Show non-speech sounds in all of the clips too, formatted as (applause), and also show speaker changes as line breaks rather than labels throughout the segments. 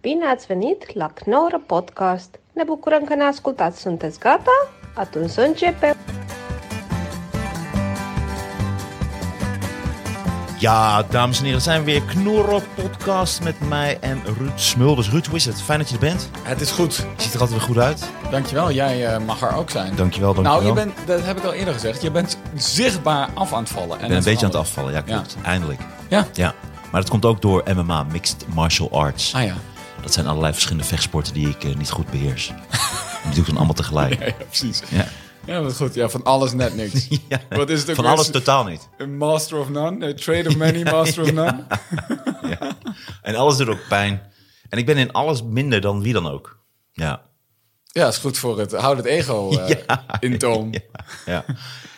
Bine ați venit la Knorr Podcast! Ne bucurăm că ne ascultați! Sunteți gata? Atunci să începem!
Ja, dames en heren, zijn we weer. Knorren podcast met mij en Ruud Smulders. Ruud, hoe is het? Fijn dat je er bent.
Het is goed.
Je ziet er altijd weer goed uit.
Dankjewel. Jij eh, mag er ook zijn.
Dankjewel, dankjewel.
nou, je bent, dat heb ik al eerder gezegd. Je bent zichtbaar af aan het vallen.
ik ben een beetje aan het afvallen. Ja, klopt. Eindelijk.
Ja.
Ja. Maar dat komt ook door MMA, Mixed Martial Arts.
Ah ja. (laughs)
Dat zijn allerlei verschillende vechtsporten die ik eh, niet goed beheers. (laughs) die doe ik dan allemaal tegelijk.
Ja, ja, precies.
Ja.
Ja, wat goed. Ja, van alles net niks.
(laughs) Ja.
Wat is het ook
Van
weer?
alles totaal niet.
Een master of none. A trade
(laughs)
of many, master of none.
Ja. En alles doet ook pijn. En ik ben in alles minder dan wie dan ook. Ja.
Ja, is goed voor het. Houd het
(laughs)
ego eh, in toom.
Ja, ja.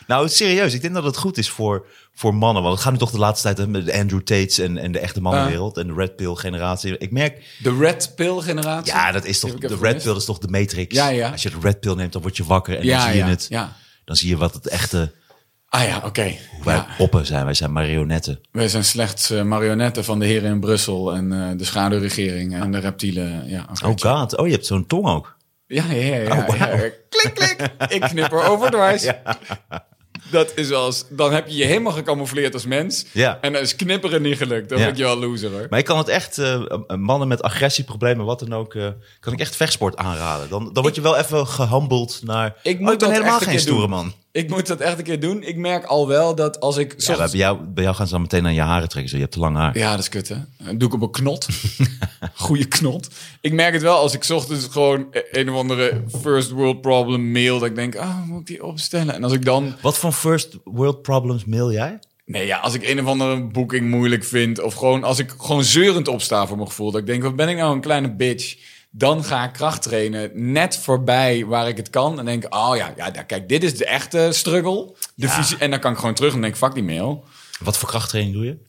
Nou, serieus, ik denk dat het goed is voor, voor mannen. Want het gaat nu toch de laatste tijd hè, met de Andrew Tates en, en de echte mannenwereld en de Red Pill generatie. Ik merk,
De red pill generatie.
ja, dat is toch,
Die heb ik
de
even
Red
gemist.
Pill is toch de matrix.
Ja, ja.
Als je de Red Pill neemt, dan word je wakker en
Ja,
dan zie je
ja,
het.
ja.
Dan zie je wat het echte,
Ah ja, oké.
hoe wij
Ja.
poppen zijn. Wij zijn marionetten. Oh,
Wij zijn slechts eh, marionetten van de heren in Brussel en eh, de schaduwregering en de reptielen. Ja, oké.
Oh god, oh je hebt zo'n tong ook.
Ja, ja, ja. ja,
Oh, wauw.
ja. Klik, klik. Ik knipper overdwijs.
(laughs)
Dat is als, dan heb je je helemaal gecamoufleerd als mens.
Ja.
En dan is knipperen niet gelukt. Dan
Ja.
word je wel loser hoor.
Maar ik kan het echt, eh, mannen met agressieproblemen, wat dan ook, eh, kan ik echt vechtsport aanraden. Dan, dan word je wel even gehumbled naar,
Ik
ik,
moet
oh, ik ben
dat
helemaal
echt een
geen
keer
stoere
doen.
man.
Ik moet dat echt een keer doen. Ik merk al wel dat als ik...
Ja,
zocht-
bij, jou, bij jou gaan ze dan meteen aan je haren trekken. Zo, je hebt te lang haar.
Ja, dat is kut, hè? Dat doe ik op een
(laughs)
knot. Goeie knot. Ik merk het wel als ik 's ochtends gewoon e- een of andere first world problem mail. Dat ik denk, ah, hoe moet ik die opstellen? En als ik dan...
Wat voor first world problems mail jij?
Nee, ja, als ik een of andere boeking moeilijk vind... of gewoon als ik gewoon zeurend opsta voor mijn gevoel... dat ik denk, wat ben ik nou een kleine bitch... dan ga ik kracht trainen net voorbij waar ik het kan... en denk, oh ja, ja daar- kijk, dit is de echte struggle. De
Ja.
fysie- en dan kan ik gewoon terug en denk, fuck die mail.
Wat voor krachttraining doe je? Nou,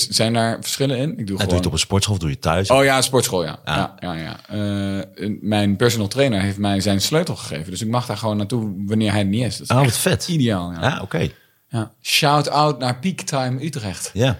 Is, zijn daar verschillen in? Ik doe
doe je
gewoon...
het op een sportschool of doe je het thuis?
Oh ja, sportschool, ja. ja. ja, ja, Eh, mijn personal trainer heeft mij zijn sleutel gegeven. Dus ik mag daar gewoon naartoe wanneer hij er niet is. Dat is
Ah,
echt
wat vet.
ideaal, ja.
Ja, oké.
Ja. Shout out naar Peak Time Utrecht.
Ja.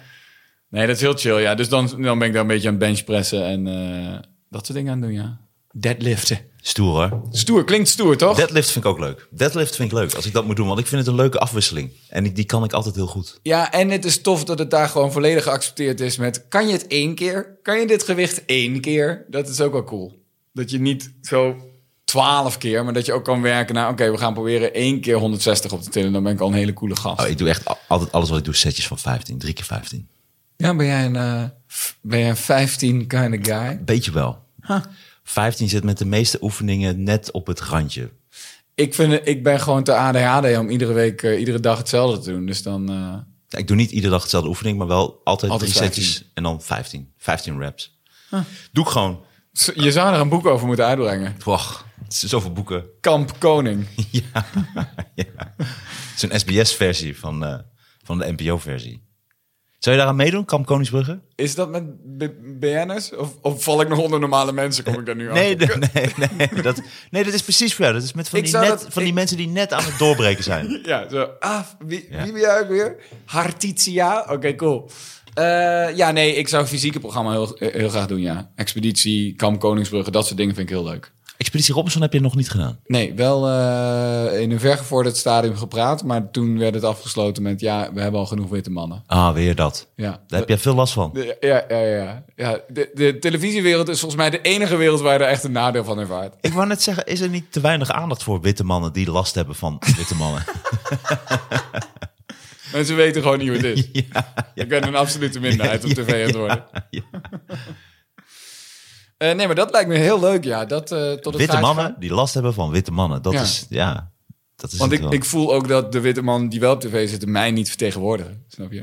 Nee, dat is heel chill, ja. Dus dan, dan ben ik daar een beetje aan het benchpressen en eh, dat soort dingen aan het doen, ja. Deadliften.
Stoer hoor.
Stoer, klinkt stoer, toch?
Deadlift vind ik ook leuk. Deadlift vind ik leuk als ik dat moet doen. Want ik vind het een leuke afwisseling. En die, die kan ik altijd heel goed.
Ja, en het is tof dat het daar gewoon volledig geaccepteerd is met... kan je het één keer? Kan je dit gewicht één keer? Dat is ook wel cool. Dat je niet zo twaalf keer, maar dat je ook kan werken naar... oké, we gaan proberen één keer 160 op te tillen. Dan ben ik al een hele coole gast.
Oh, ik doe echt al- altijd alles wat ik doe. Setjes van 15. Drie keer 15.
Ja, ben jij een, eh, f- ben jij een 15 kind of guy?
Beetje wel. 15 zit met de meeste oefeningen net op het randje.
Ik, vind, het- ik ben gewoon te ADHD om iedere week, eh, iedere dag hetzelfde te doen. Dus dan... eh,
Ja, Ik doe niet iedere dag hetzelfde oefening, maar wel altijd, Ah.
Altijd
drie
15.
setjes en dan 15. 15 reps. Doe ik gewoon.
z- je zou er een boek over moeten uitbrengen.
Wacht, het zijn zoveel boeken.
Kamp Koning.
Ja, ja. Het is een SBS-versie van, eh, van de NPO-versie. Zou je daaraan meedoen, Kamp Koningsbrugge?
Is dat met B- BN'ers? Of, of val ik nog onder normale mensen? Kom ik daar nu aan?
Nee, de- (laughs) nee, nee, dat, nee, dat is precies voor jou. Dat is met van,
Ik
die,
zou
net,
dat-
van die
ik-
mensen die net aan het doorbreken zijn.
Ja, zo. Ah, wie,
Ja.
wie ben jij ook weer? Hartitia? Oké, cool. Eh, ja, nee, ik zou fysieke programma heel, heel graag doen, ja. Expeditie, Kamp Koningsbrugge, dat soort dingen vind ik heel leuk.
(laughs) Expeditie Robinson heb je nog niet gedaan.
Nee, wel eh, in een vergevorderd stadium gepraat, maar toen werd het afgesloten met... ja, we hebben al genoeg witte mannen.
Ah, weer dat.
Ja,
Daar heb jij veel last van.
De- ja, ja, ja. ja de, de televisiewereld is volgens mij de enige wereld waar je er echt een nadeel van ervaart.
Ik wou net zeggen, is er niet te weinig aandacht voor witte mannen die last hebben van witte mannen?
Mensen weten gewoon niet hoe
(laughs)
het is. Ik ben een absolute minderheid op tv aan het worden.
ja.
Eh, nee, maar dat lijkt me heel leuk, ja. Dat, eh, tot het
Witte
gaatje
mannen die last hebben van witte mannen. Dat
Ja.
is, ja, dat is
Want
het
ik,
wel.
ik voel ook dat de witte man die wel op tv zitten mij niet vertegenwoordigen. Snap je?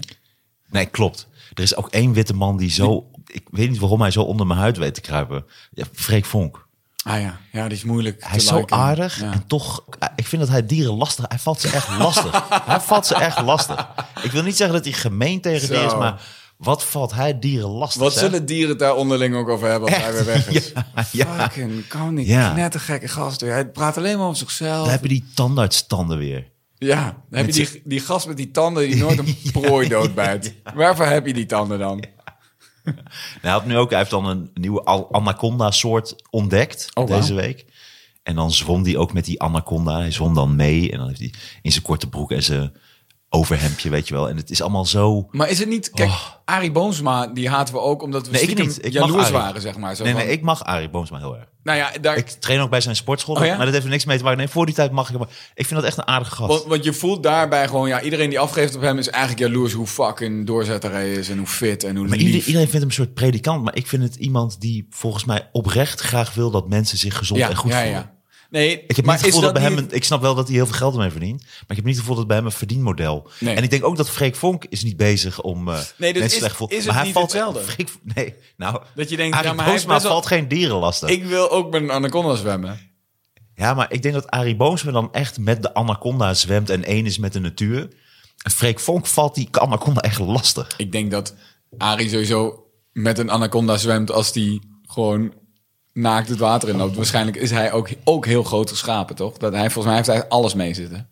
Nee, klopt. Er is ook één witte man die zo... Ik weet niet waarom hij zo onder mijn huid weet te kruipen. Ja, Freek Vonk.
Ah ja, ja dat is moeilijk.
Hij is zo aardig en toch... Ik vind dat hij dieren lastig... Hij valt ze echt lastig.
(laughs)
hij valt ze echt lastig. Ik wil niet zeggen dat hij gemeen tegen
Zo.
dieren is, maar... Wat valt hij dieren lastig,
Wat
zeg?
zullen dieren het daar onderling ook over hebben als hij weer weg is?
(laughs) ja.
Fucking kan niet.
Ja.
Knettergekke gast. hoor. Hij praat alleen maar over zichzelf.
Dan heb je die tandartstanden weer.
Ja, dan heb je
(laughs)
die, die gast met die tanden die nooit een prooi doodbijt. Waarvoor heb je die tanden dan?
hij, had nu ook, hij heeft dan een nieuwe al- anaconda-soort ontdekt
Oh, wauw.
deze week. En dan zwom hij ook met die anaconda. Hij zwom dan mee en dan heeft hij in zijn korte broek en zijn overhemdje, weet je wel. En het is allemaal zo...
Maar is het niet... Kijk,
Oh.
Arie Boomsma, die haten we ook omdat we
Nee, ik
stiekem
niet. Ik mag
jaloers
Arie.
waren, zeg maar. Zo
Nee,
van-
nee, ik mag Arie Boomsma heel erg.
Nou ja, daar,
Ik train ook bij zijn sportschool,
Oh ja?
maar dat heeft er niks mee te maken. Nee, voor die tijd mag ik hem. maar Ik vind dat echt een aardige gast.
want, want je voelt daarbij gewoon... Ja, iedereen die afgeeft op hem is eigenlijk jaloers hoe fucking doorzetter hij is. En hoe fit en hoe
Maar
lief.
ieder- iedereen vindt hem een soort predikant. Maar ik vind het iemand die volgens mij oprecht graag wil dat mensen zich gezond en goed voelen.
Nee,
Ik heb
maar
niet het
is
gevoel dat, bij hem...
niet-
een- ik snap wel dat hij heel veel geld ermee verdient. Maar ik heb niet het gevoel dat bij hem een verdienmodel...
Nee.
En ik denk ook dat Freek Vonk is niet bezig om eh
Nee, dus
mensen
is-
slecht gevoel...
is het
maar hij
niet
valt,
hetzelfde?
Freek- nee, nou...
Dat je denkt,
Arie
ja, maar hij is
Boomsma
best wel-
valt geen dieren lastig.
Ik wil ook met een anaconda zwemmen.
Ja, maar ik denk dat Arie Boomsma dan echt met de anaconda zwemt... en één is met de natuur. En Freek Vonk valt die anaconda echt lastig.
Ik denk dat Arie sowieso met een anaconda zwemt als die gewoon naakt het water in loopt. Waarschijnlijk is hij ook, ook heel groot geschapen, toch? Dat hij, volgens mij heeft hij alles mee zitten.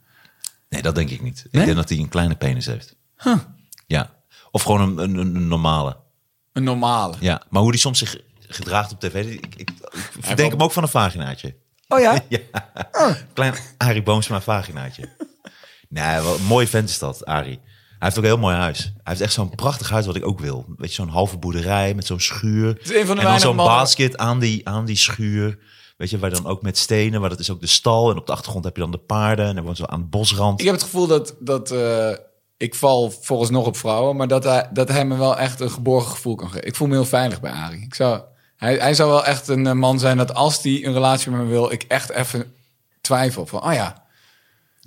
Nee, dat denk ik niet.
Nee?
Ik denk dat hij een kleine penis heeft. Ja. Of gewoon een, een, een- een normale.
Een normale.
Ja. Maar hoe die soms zich gedraagt op tv. Ik, ik, ik verdenk
valt-
hem ook van een vaginaatje.
Oh ja?
Klein Arie Boomsma vaginaatje. nee, wat een mooi vent is dat, Arie. Hij heeft ook een heel mooi huis. Hij heeft echt zo'n prachtig huis wat ik ook wil. Weet je, zo'n halve boerderij met zo'n schuur.
is een van de
en dan
weinige
zo'n
mannen-
basket aan die, aan die schuur. Weet je, waar dan ook met stenen, waar dat is ook de stal. En op de achtergrond heb je dan de paarden. En dan woont zo aan de bosrand.
Ik heb het gevoel dat, dat eh, ik val volgens nog op vrouwen, maar dat hij, dat hij me wel echt een geborgen gevoel kan geven. Ik voel me heel veilig bij Arie. Ik zou, hij, hij zou wel echt een eh, man zijn dat als hij een relatie met me wil, ik echt even twijfel. Van, oh ja,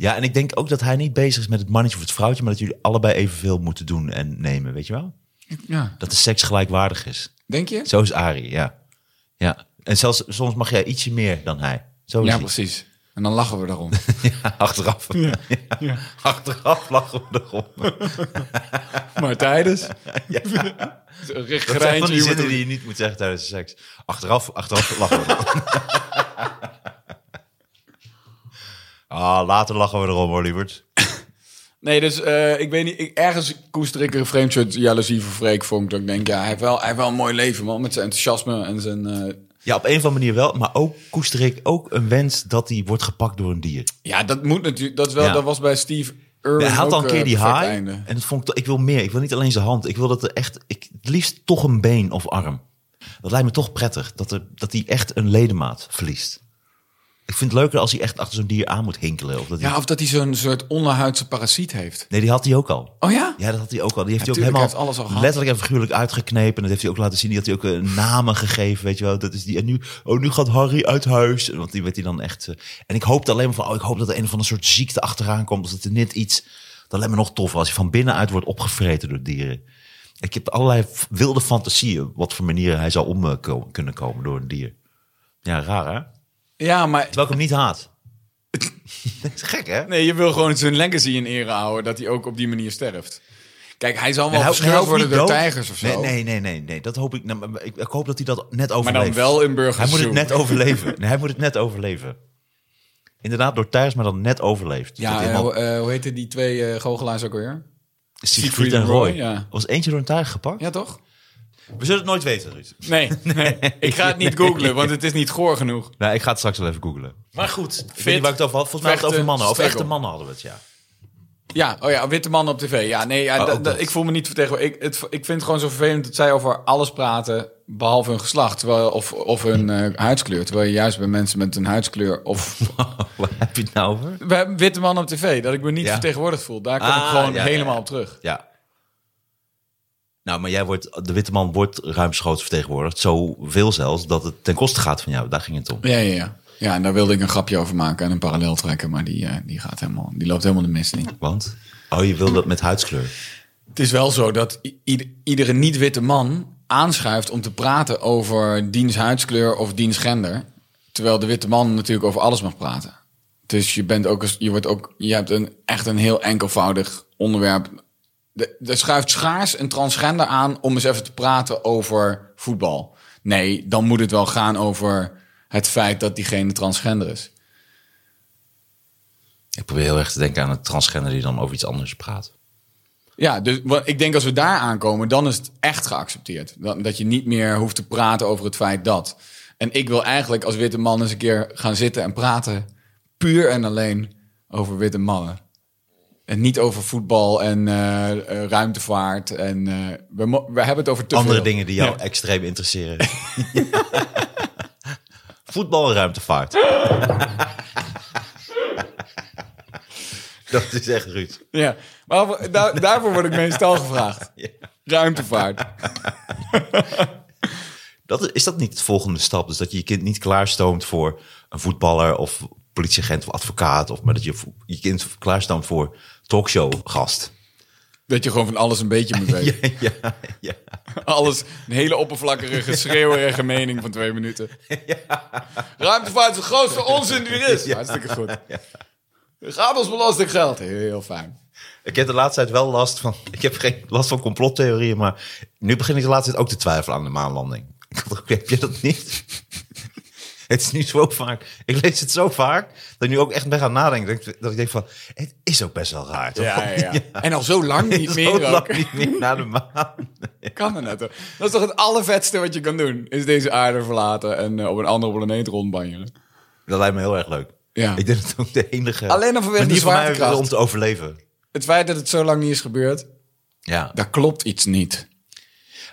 Ja, en ik denk ook dat hij niet bezig is met het mannetje of het vrouwtje, maar dat jullie allebei evenveel moeten doen en nemen, weet je wel?
ja.
Dat de seks gelijkwaardig is.
denk je?
Zo is Arie, ja. Ja. En zelfs soms mag jij ietsje meer dan hij. Zo is
Ja,
hij.
precies. En dan lachen we daarom.
(laughs) Ja, achteraf. Ja. Achteraf lachen we erom.
maar tijdens?
(laughs)
(laughs)
Ja.
Een
Dat zijn van
grijntje
die
moet
zinnen
doen.
die je niet moet zeggen tijdens de seks. Achteraf, achteraf lachen we erom. (laughs) Ah, later lachen we erom hoor, lieverd.
Nee, dus eh, ik weet niet. Ik, ergens koester ik een vreemd soort jaloezie voor Freek Vonk. Dat ik denk, ja, hij heeft, wel, hij heeft wel een mooi leven, man. Met zijn enthousiasme en zijn... eh,
Ja, op een of andere manier wel. Maar ook koester ik ook een wens dat hij wordt gepakt door een dier.
Ja, dat moet natuurlijk. Dat, is wel,
Ja.
dat was bij Steve Irwin.
Ja, hij had
ook,
dan een
eh,
keer die
perfect
haai.
einde.
En dat vond ik, to- ik wil meer. Ik wil niet alleen zijn hand. Ik wil dat er echt, ik, het liefst toch een been of arm. Dat lijkt me toch prettig. Dat, er, dat hij echt een ledemaat verliest. Ik vind het leuker als hij echt achter zo'n dier aan moet hinkelen. Of dat hij,
Ja, of dat hij zo'n soort onderhuidse parasiet heeft.
Nee, die had hij ook al.
Oh ja?
Ja, dat had hij ook al. Die heeft
Ja,
hij ook helemaal
tuurlijk, hij heeft alles al gehad.
letterlijk en figuurlijk uitgeknepen. En dat heeft hij ook laten zien. Die had hij ook eh, namen gegeven, weet je wel. Dat is die, en nu, oh, nu gaat Harry uit huis. Want die werd hij dan echt... eh, en ik hoopte alleen maar van, oh, ik hoop dat er een of andere soort ziekte achteraan komt. Of dat er net iets... Dat lijkt me nog tof als hij van binnenuit wordt opgevreten door dieren. Ik heb allerlei f- wilde fantasieën. op Wat voor manieren hij zou om eh, ko- kunnen komen door een dier. Ja, raar hè?
Ja, maar
Terwijl ik hem niet haat. (laughs) dat is gek hè?
nee, je wil gewoon zijn legacy in ere houden. Dat hij ook op die manier sterft. Kijk, hij zal wel
Nee, hij-
verscheurd
hij hoeft
worden
niet
door
dood.
tijgers of zo.
Nee, nee, nee, nee, nee. Dat hoop ik, nou, maar ik. Ik hoop dat hij dat net
Maar
overleeft.
dan wel in Burgers
Hij moet het
Zoo.
net overleven. Nee, hij moet het net overleven. Inderdaad, door tijgers, maar dan net overleeft. Dus
Ja,
dat
eh,
iemand-
hoe- eh, hoe heette die twee eh, goochelaars ook alweer?
Siegfried,
Siegfried
en
en
Roy.
Roy, ja.
Er was eentje door een tijger gepakt.
Ja, toch?
We zullen het nooit weten, Ruud.
Nee, (laughs) nee. ik ga het niet googlen, want het is niet goor genoeg.
Nou, ik ga het straks wel even googlen. Maar goed, ik weet
fit,
niet waar ik het over had. Volgens mij had het over
vechten,
mannen. Over echte
struggle.
mannen hadden we het, ja. (laughs)
Ja, oh ja, witte man op tv. Ja, nee, ja,
Oh,
da-
ook
da-
dat.
ik voel me niet vertegenwoordigd. Ik, het, ik vind het gewoon zo vervelend dat zij over alles praten, behalve hun geslacht terwijl- of, of hun eh, huidskleur. Terwijl je juist bij mensen met een huidskleur (laughs) of
Waar heb je het nou over?
bij witte man op tv, dat ik me niet
Ja.
vertegenwoordigd voel. Daar kom ik
Ah,
gewoon
ja, ja,
helemaal
ja.
op terug.
Ja. Nou, maar jij wordt, de witte man wordt ruimschoots vertegenwoordigd. Zoveel zelfs, dat het ten koste gaat van jou. Daar ging het om.
Ja, ja, ja. Ja, en daar wilde ik een grapje over maken en een parallel trekken, maar die, eh, die, gaat helemaal, die loopt helemaal de mist in.
Want? Oh, je wil dat met huidskleur.
Het is wel zo dat i- ieder- iedere niet-witte man aanschuift om te praten over diens huidskleur of diens gender. Terwijl de witte man natuurlijk over alles mag praten. Dus je, bent ook, eens- je, wordt ook, je hebt een, echt een heel enkelvoudig onderwerp. De- Er schuift schaars een transgender aan om eens even te praten over voetbal. Nee, dan moet het wel gaan over het feit dat diegene transgender is.
Ik probeer heel erg te denken aan een transgender die dan over iets anders praat.
Ja, dus wa- ik denk als we daar aankomen, dan is het echt geaccepteerd. Dan, dat je niet meer hoeft te praten over het feit dat. En ik wil eigenlijk als witte man eens een keer gaan zitten en praten. Puur en alleen over witte mannen. En niet over voetbal en eh, eh, ruimtevaart. En, eh, we, mo- we hebben het over te
Andere
veel.
dingen die jou
Ja.
extreem (laughs) interesseren. Voetbal en ruimtevaart. dat is echt Ruud.
Ja, maar voor-
(laughs)
daar- daarvoor word ik meestal gevraagd. Ruimtevaart.
Dat, is- is dat niet het volgende stap? Dus dat je je kind niet klaarstoomt voor een voetballer of politieagent of advocaat. Of, maar dat je vo- je kind klaarstoomt voor talkshowgast.
Dat je gewoon van alles een beetje
(laughs)
moet weten.
Ja, ja, ja.
(laughs) Alles, een hele oppervlakkige, schreeuwerige mening van twee minuten. Ruimtevaart is de grootste onzin die er is. Hartstikke goed. Gaat ons belastinggeld. Heel fijn.
Ik heb de laatste tijd wel last van. (laughs) Ik heb geen last van complottheorieën, maar nu begin ik de laatste tijd ook te twijfelen aan de maanlanding. (laughs) Ik had ook- Heb je dat niet? (laughs) Het is nu zo vaak. Ik lees het zo vaak dat ik nu ook echt ben gaan nadenken. Dat ik, dat ik denk van, het is ook best wel raar. Toch? (laughs)
Ja, ja, (laughs) ja. En al zo lang niet
Zo
meer ook.
lang niet meer naar de maan. (laughs)
Kan er net. hoor. Dat is toch het allervetste wat je kan doen? Is deze aarde verlaten en eh, op een andere planeet rondbanjeren.
Dat lijkt me heel erg leuk.
Ja.
Ik denk dat ook de enige
Alleen al vanwege de
manier voor mij
zwaartekracht.
is om te overleven.
Het feit dat het zo lang niet is gebeurd,
Ja.
daar klopt iets niet.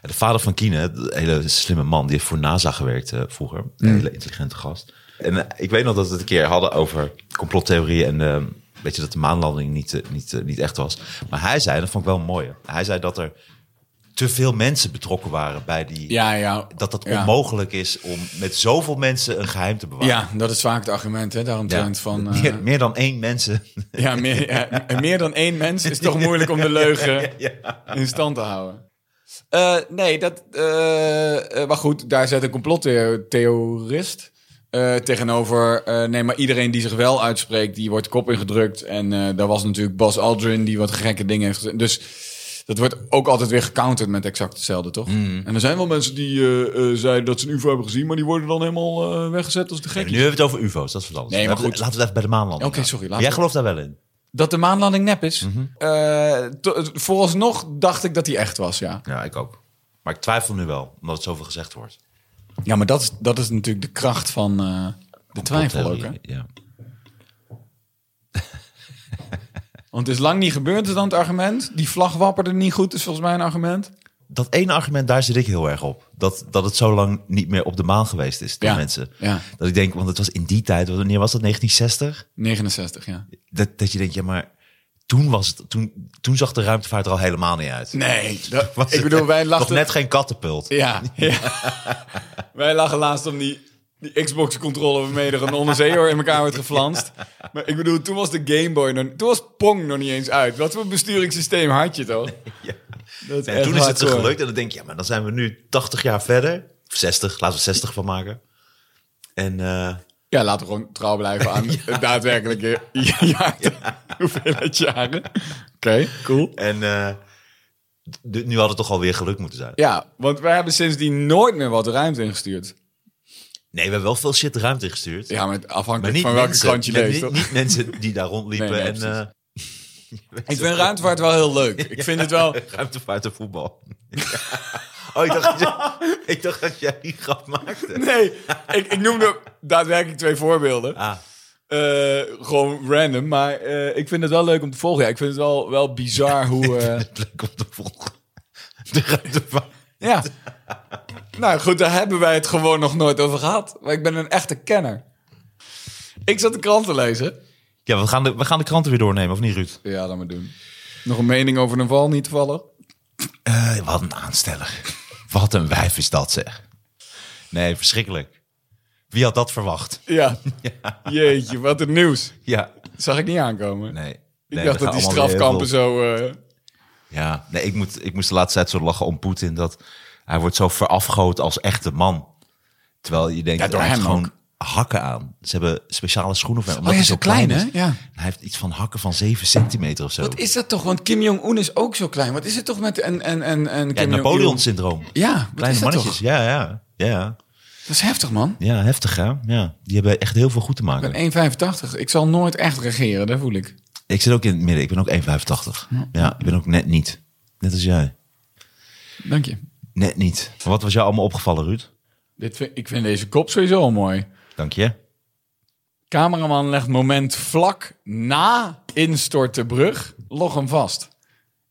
De vader van Kine, de hele slimme man, die heeft voor NASA gewerkt eh, vroeger.
Mm.
Een hele intelligente gast. En eh, ik weet nog dat we het een keer hadden over complottheorieën en eh, weet je dat de maanlanding niet, eh, niet, eh, niet echt was. Maar hij zei, dat vond ik wel mooi. Hij zei dat er te veel mensen betrokken waren bij die.
Ja, ja.
Dat het
Ja.
onmogelijk is om met zoveel mensen een geheim te bewaren.
Ja, dat is vaak het argument, hè? Daarom
Ja.
trend van...
(laughs)
eh,
meer, meer dan één
(laughs)
mensen.
Ja, meer, ja, meer dan één mens is toch moeilijk om de leugen in stand te houden. Eh, nee, dat, eh, eh, maar goed, daar zet een complottheorist eh, tegenover. eh, nee, maar iedereen die zich wel uitspreekt, die wordt kop ingedrukt. En eh, daar was natuurlijk Bas Aldrin die wat gekke dingen heeft gezegd. Dus dat wordt ook altijd weer gecounterd met exact hetzelfde, toch? En er zijn wel mensen die eh, eh, zeiden dat ze een UFO hebben gezien, maar die worden dan helemaal eh, weggezet als de
En
gekkie.
nu hebben we het over UFO's, dat is wat anders.
Nee, maar
Laten we-
goed.
Laten we het even bij de maanlanding.
Oké, sorry, laten
Jij
we-
gelooft daar wel in.
Dat de maanlanding nep is? Eh, to- vooralsnog dacht ik dat die echt was, ja.
Ja, ik ook. Maar ik twijfel nu wel, omdat het zoveel gezegd wordt.
Ja, maar dat is, dat is natuurlijk de kracht van eh, de twijfel ook, hè?
Ja.
Want het is lang niet gebeurd, is dan het argument. Die vlag wapperde niet goed, is volgens mij een argument.
Dat ene argument, daar zit ik heel erg op. Dat, dat het zo lang niet meer op de maan geweest is, die
Ja,
mensen.
ja.
Dat ik denk, want het was in die tijd, wanneer was dat, 1960?
69, ja.
Dat, dat je denkt, ja maar, toen, was het, toen, toen zag de ruimtevaart er al helemaal niet uit. (laughs)
Nee, dat,
Was
(laughs) ik
het
bedoel, wij lachten...
Nog net geen kattenpult. (laughs)
Ja, ja. wij lagen laatst om die, die Xbox-controller waarmee er een onderzeeër in elkaar werd geflanst. Maar ik bedoel, toen was de Game Boy... Nog, toen was Pong nog niet eens uit. Wat voor besturingssysteem had je toch?
(laughs) Ja.
Dat is
En
echt
toen is het er
hardcore.
gelukt en dan denk je, ja maar dan zijn we nu 80 jaar verder. Of 60, laten we 60 van maken. En... eh,
Ja, laten we gewoon trouw blijven
(laughs)
aan het daadwerkelijke (laughs) jaar, hoeveelheid jaren. Oké, cool.
En eh, d- nu had het toch alweer geluk moeten zijn.
Ja, want wij hebben sindsdien nooit meer wat ruimte ingestuurd.
Nee, we hebben wel veel shit de ruimte ingestuurd.
Ja, maar afhankelijk
Maar niet,
van welke
mensen,
krant je
nee,
leest.
niet-
toch?
niet mensen die daar rondliepen.
Nee, nee,
en,
precies.
eh,
Ik vind ruimtevaart wel heel leuk. Ik vind het wel...
eh, (laughs) ruimtevaart en voetbal. (laughs) oh, ik dacht, dat jij- (laughs) ik dacht dat jij die grap maakte.
Nee, ik, ik noemde daadwerkelijk twee voorbeelden.
Ah,
Eh, gewoon random, maar eh, ik vind het wel leuk om te volgen. Ja, ik vind het wel, wel bizar hoe... eh,
het leuk om te volgen. De ruimtevaart.
ja. Nou goed, daar hebben wij het gewoon nog nooit over gehad. Maar ik ben een echte kenner. Ik zat de krant te lezen.
Ja, we gaan, de, we gaan de kranten weer doornemen, of niet, Ruud?
Ja, laat maar doen. Nog een mening over een val niet toevallig?
Eh, wat een aansteller. Wat een wijf is dat, zeg. Nee, verschrikkelijk. Wie had dat verwacht?
(laughs) Ja. Jeetje, wat een nieuws.
Ja.
Zag ik niet aankomen.
Nee.
ik dacht dat die strafkampen zo... eh,
Ja, nee, ik, moet, ik moest de laatste tijd zo lachen om Poetin. Dat hij wordt zo verafgoot als echte man. Terwijl je denkt,
Ja, door
hij heeft
hem
gewoon hakken aan. Ze hebben speciale schoenen van hem.
Oh
omdat
ja,
hij
zo klein,
is.
hè? Ja.
Hij heeft iets van hakken van 7 centimeter of zo.
Wat is dat toch? Want Kim Jong-un is ook zo klein. Wat is het toch met... En, en, en, en
ja,
Kim Jong-il?
Napoleon-syndroom.
Ja, wat
Kleine
is dat
mannetjes.
toch?
Ja, ja, ja.
Dat is heftig, man.
Ja, heftig hè? Ja, die hebben echt heel veel goed te maken.
Ik ben 1,85. Ik zal nooit echt regeren, dat voel ik.
Ik zit ook in het midden. Ik ben ook 1,85. Ja, ik ben ook net niet. Net als jij.
Dank je.
Net niet. Maar wat was jou allemaal opgevallen, Ruud?
Dit vind, ik vind deze kop sowieso al mooi.
Dank je.
Cameraman legt moment vlak na instorten brug. Log hem vast.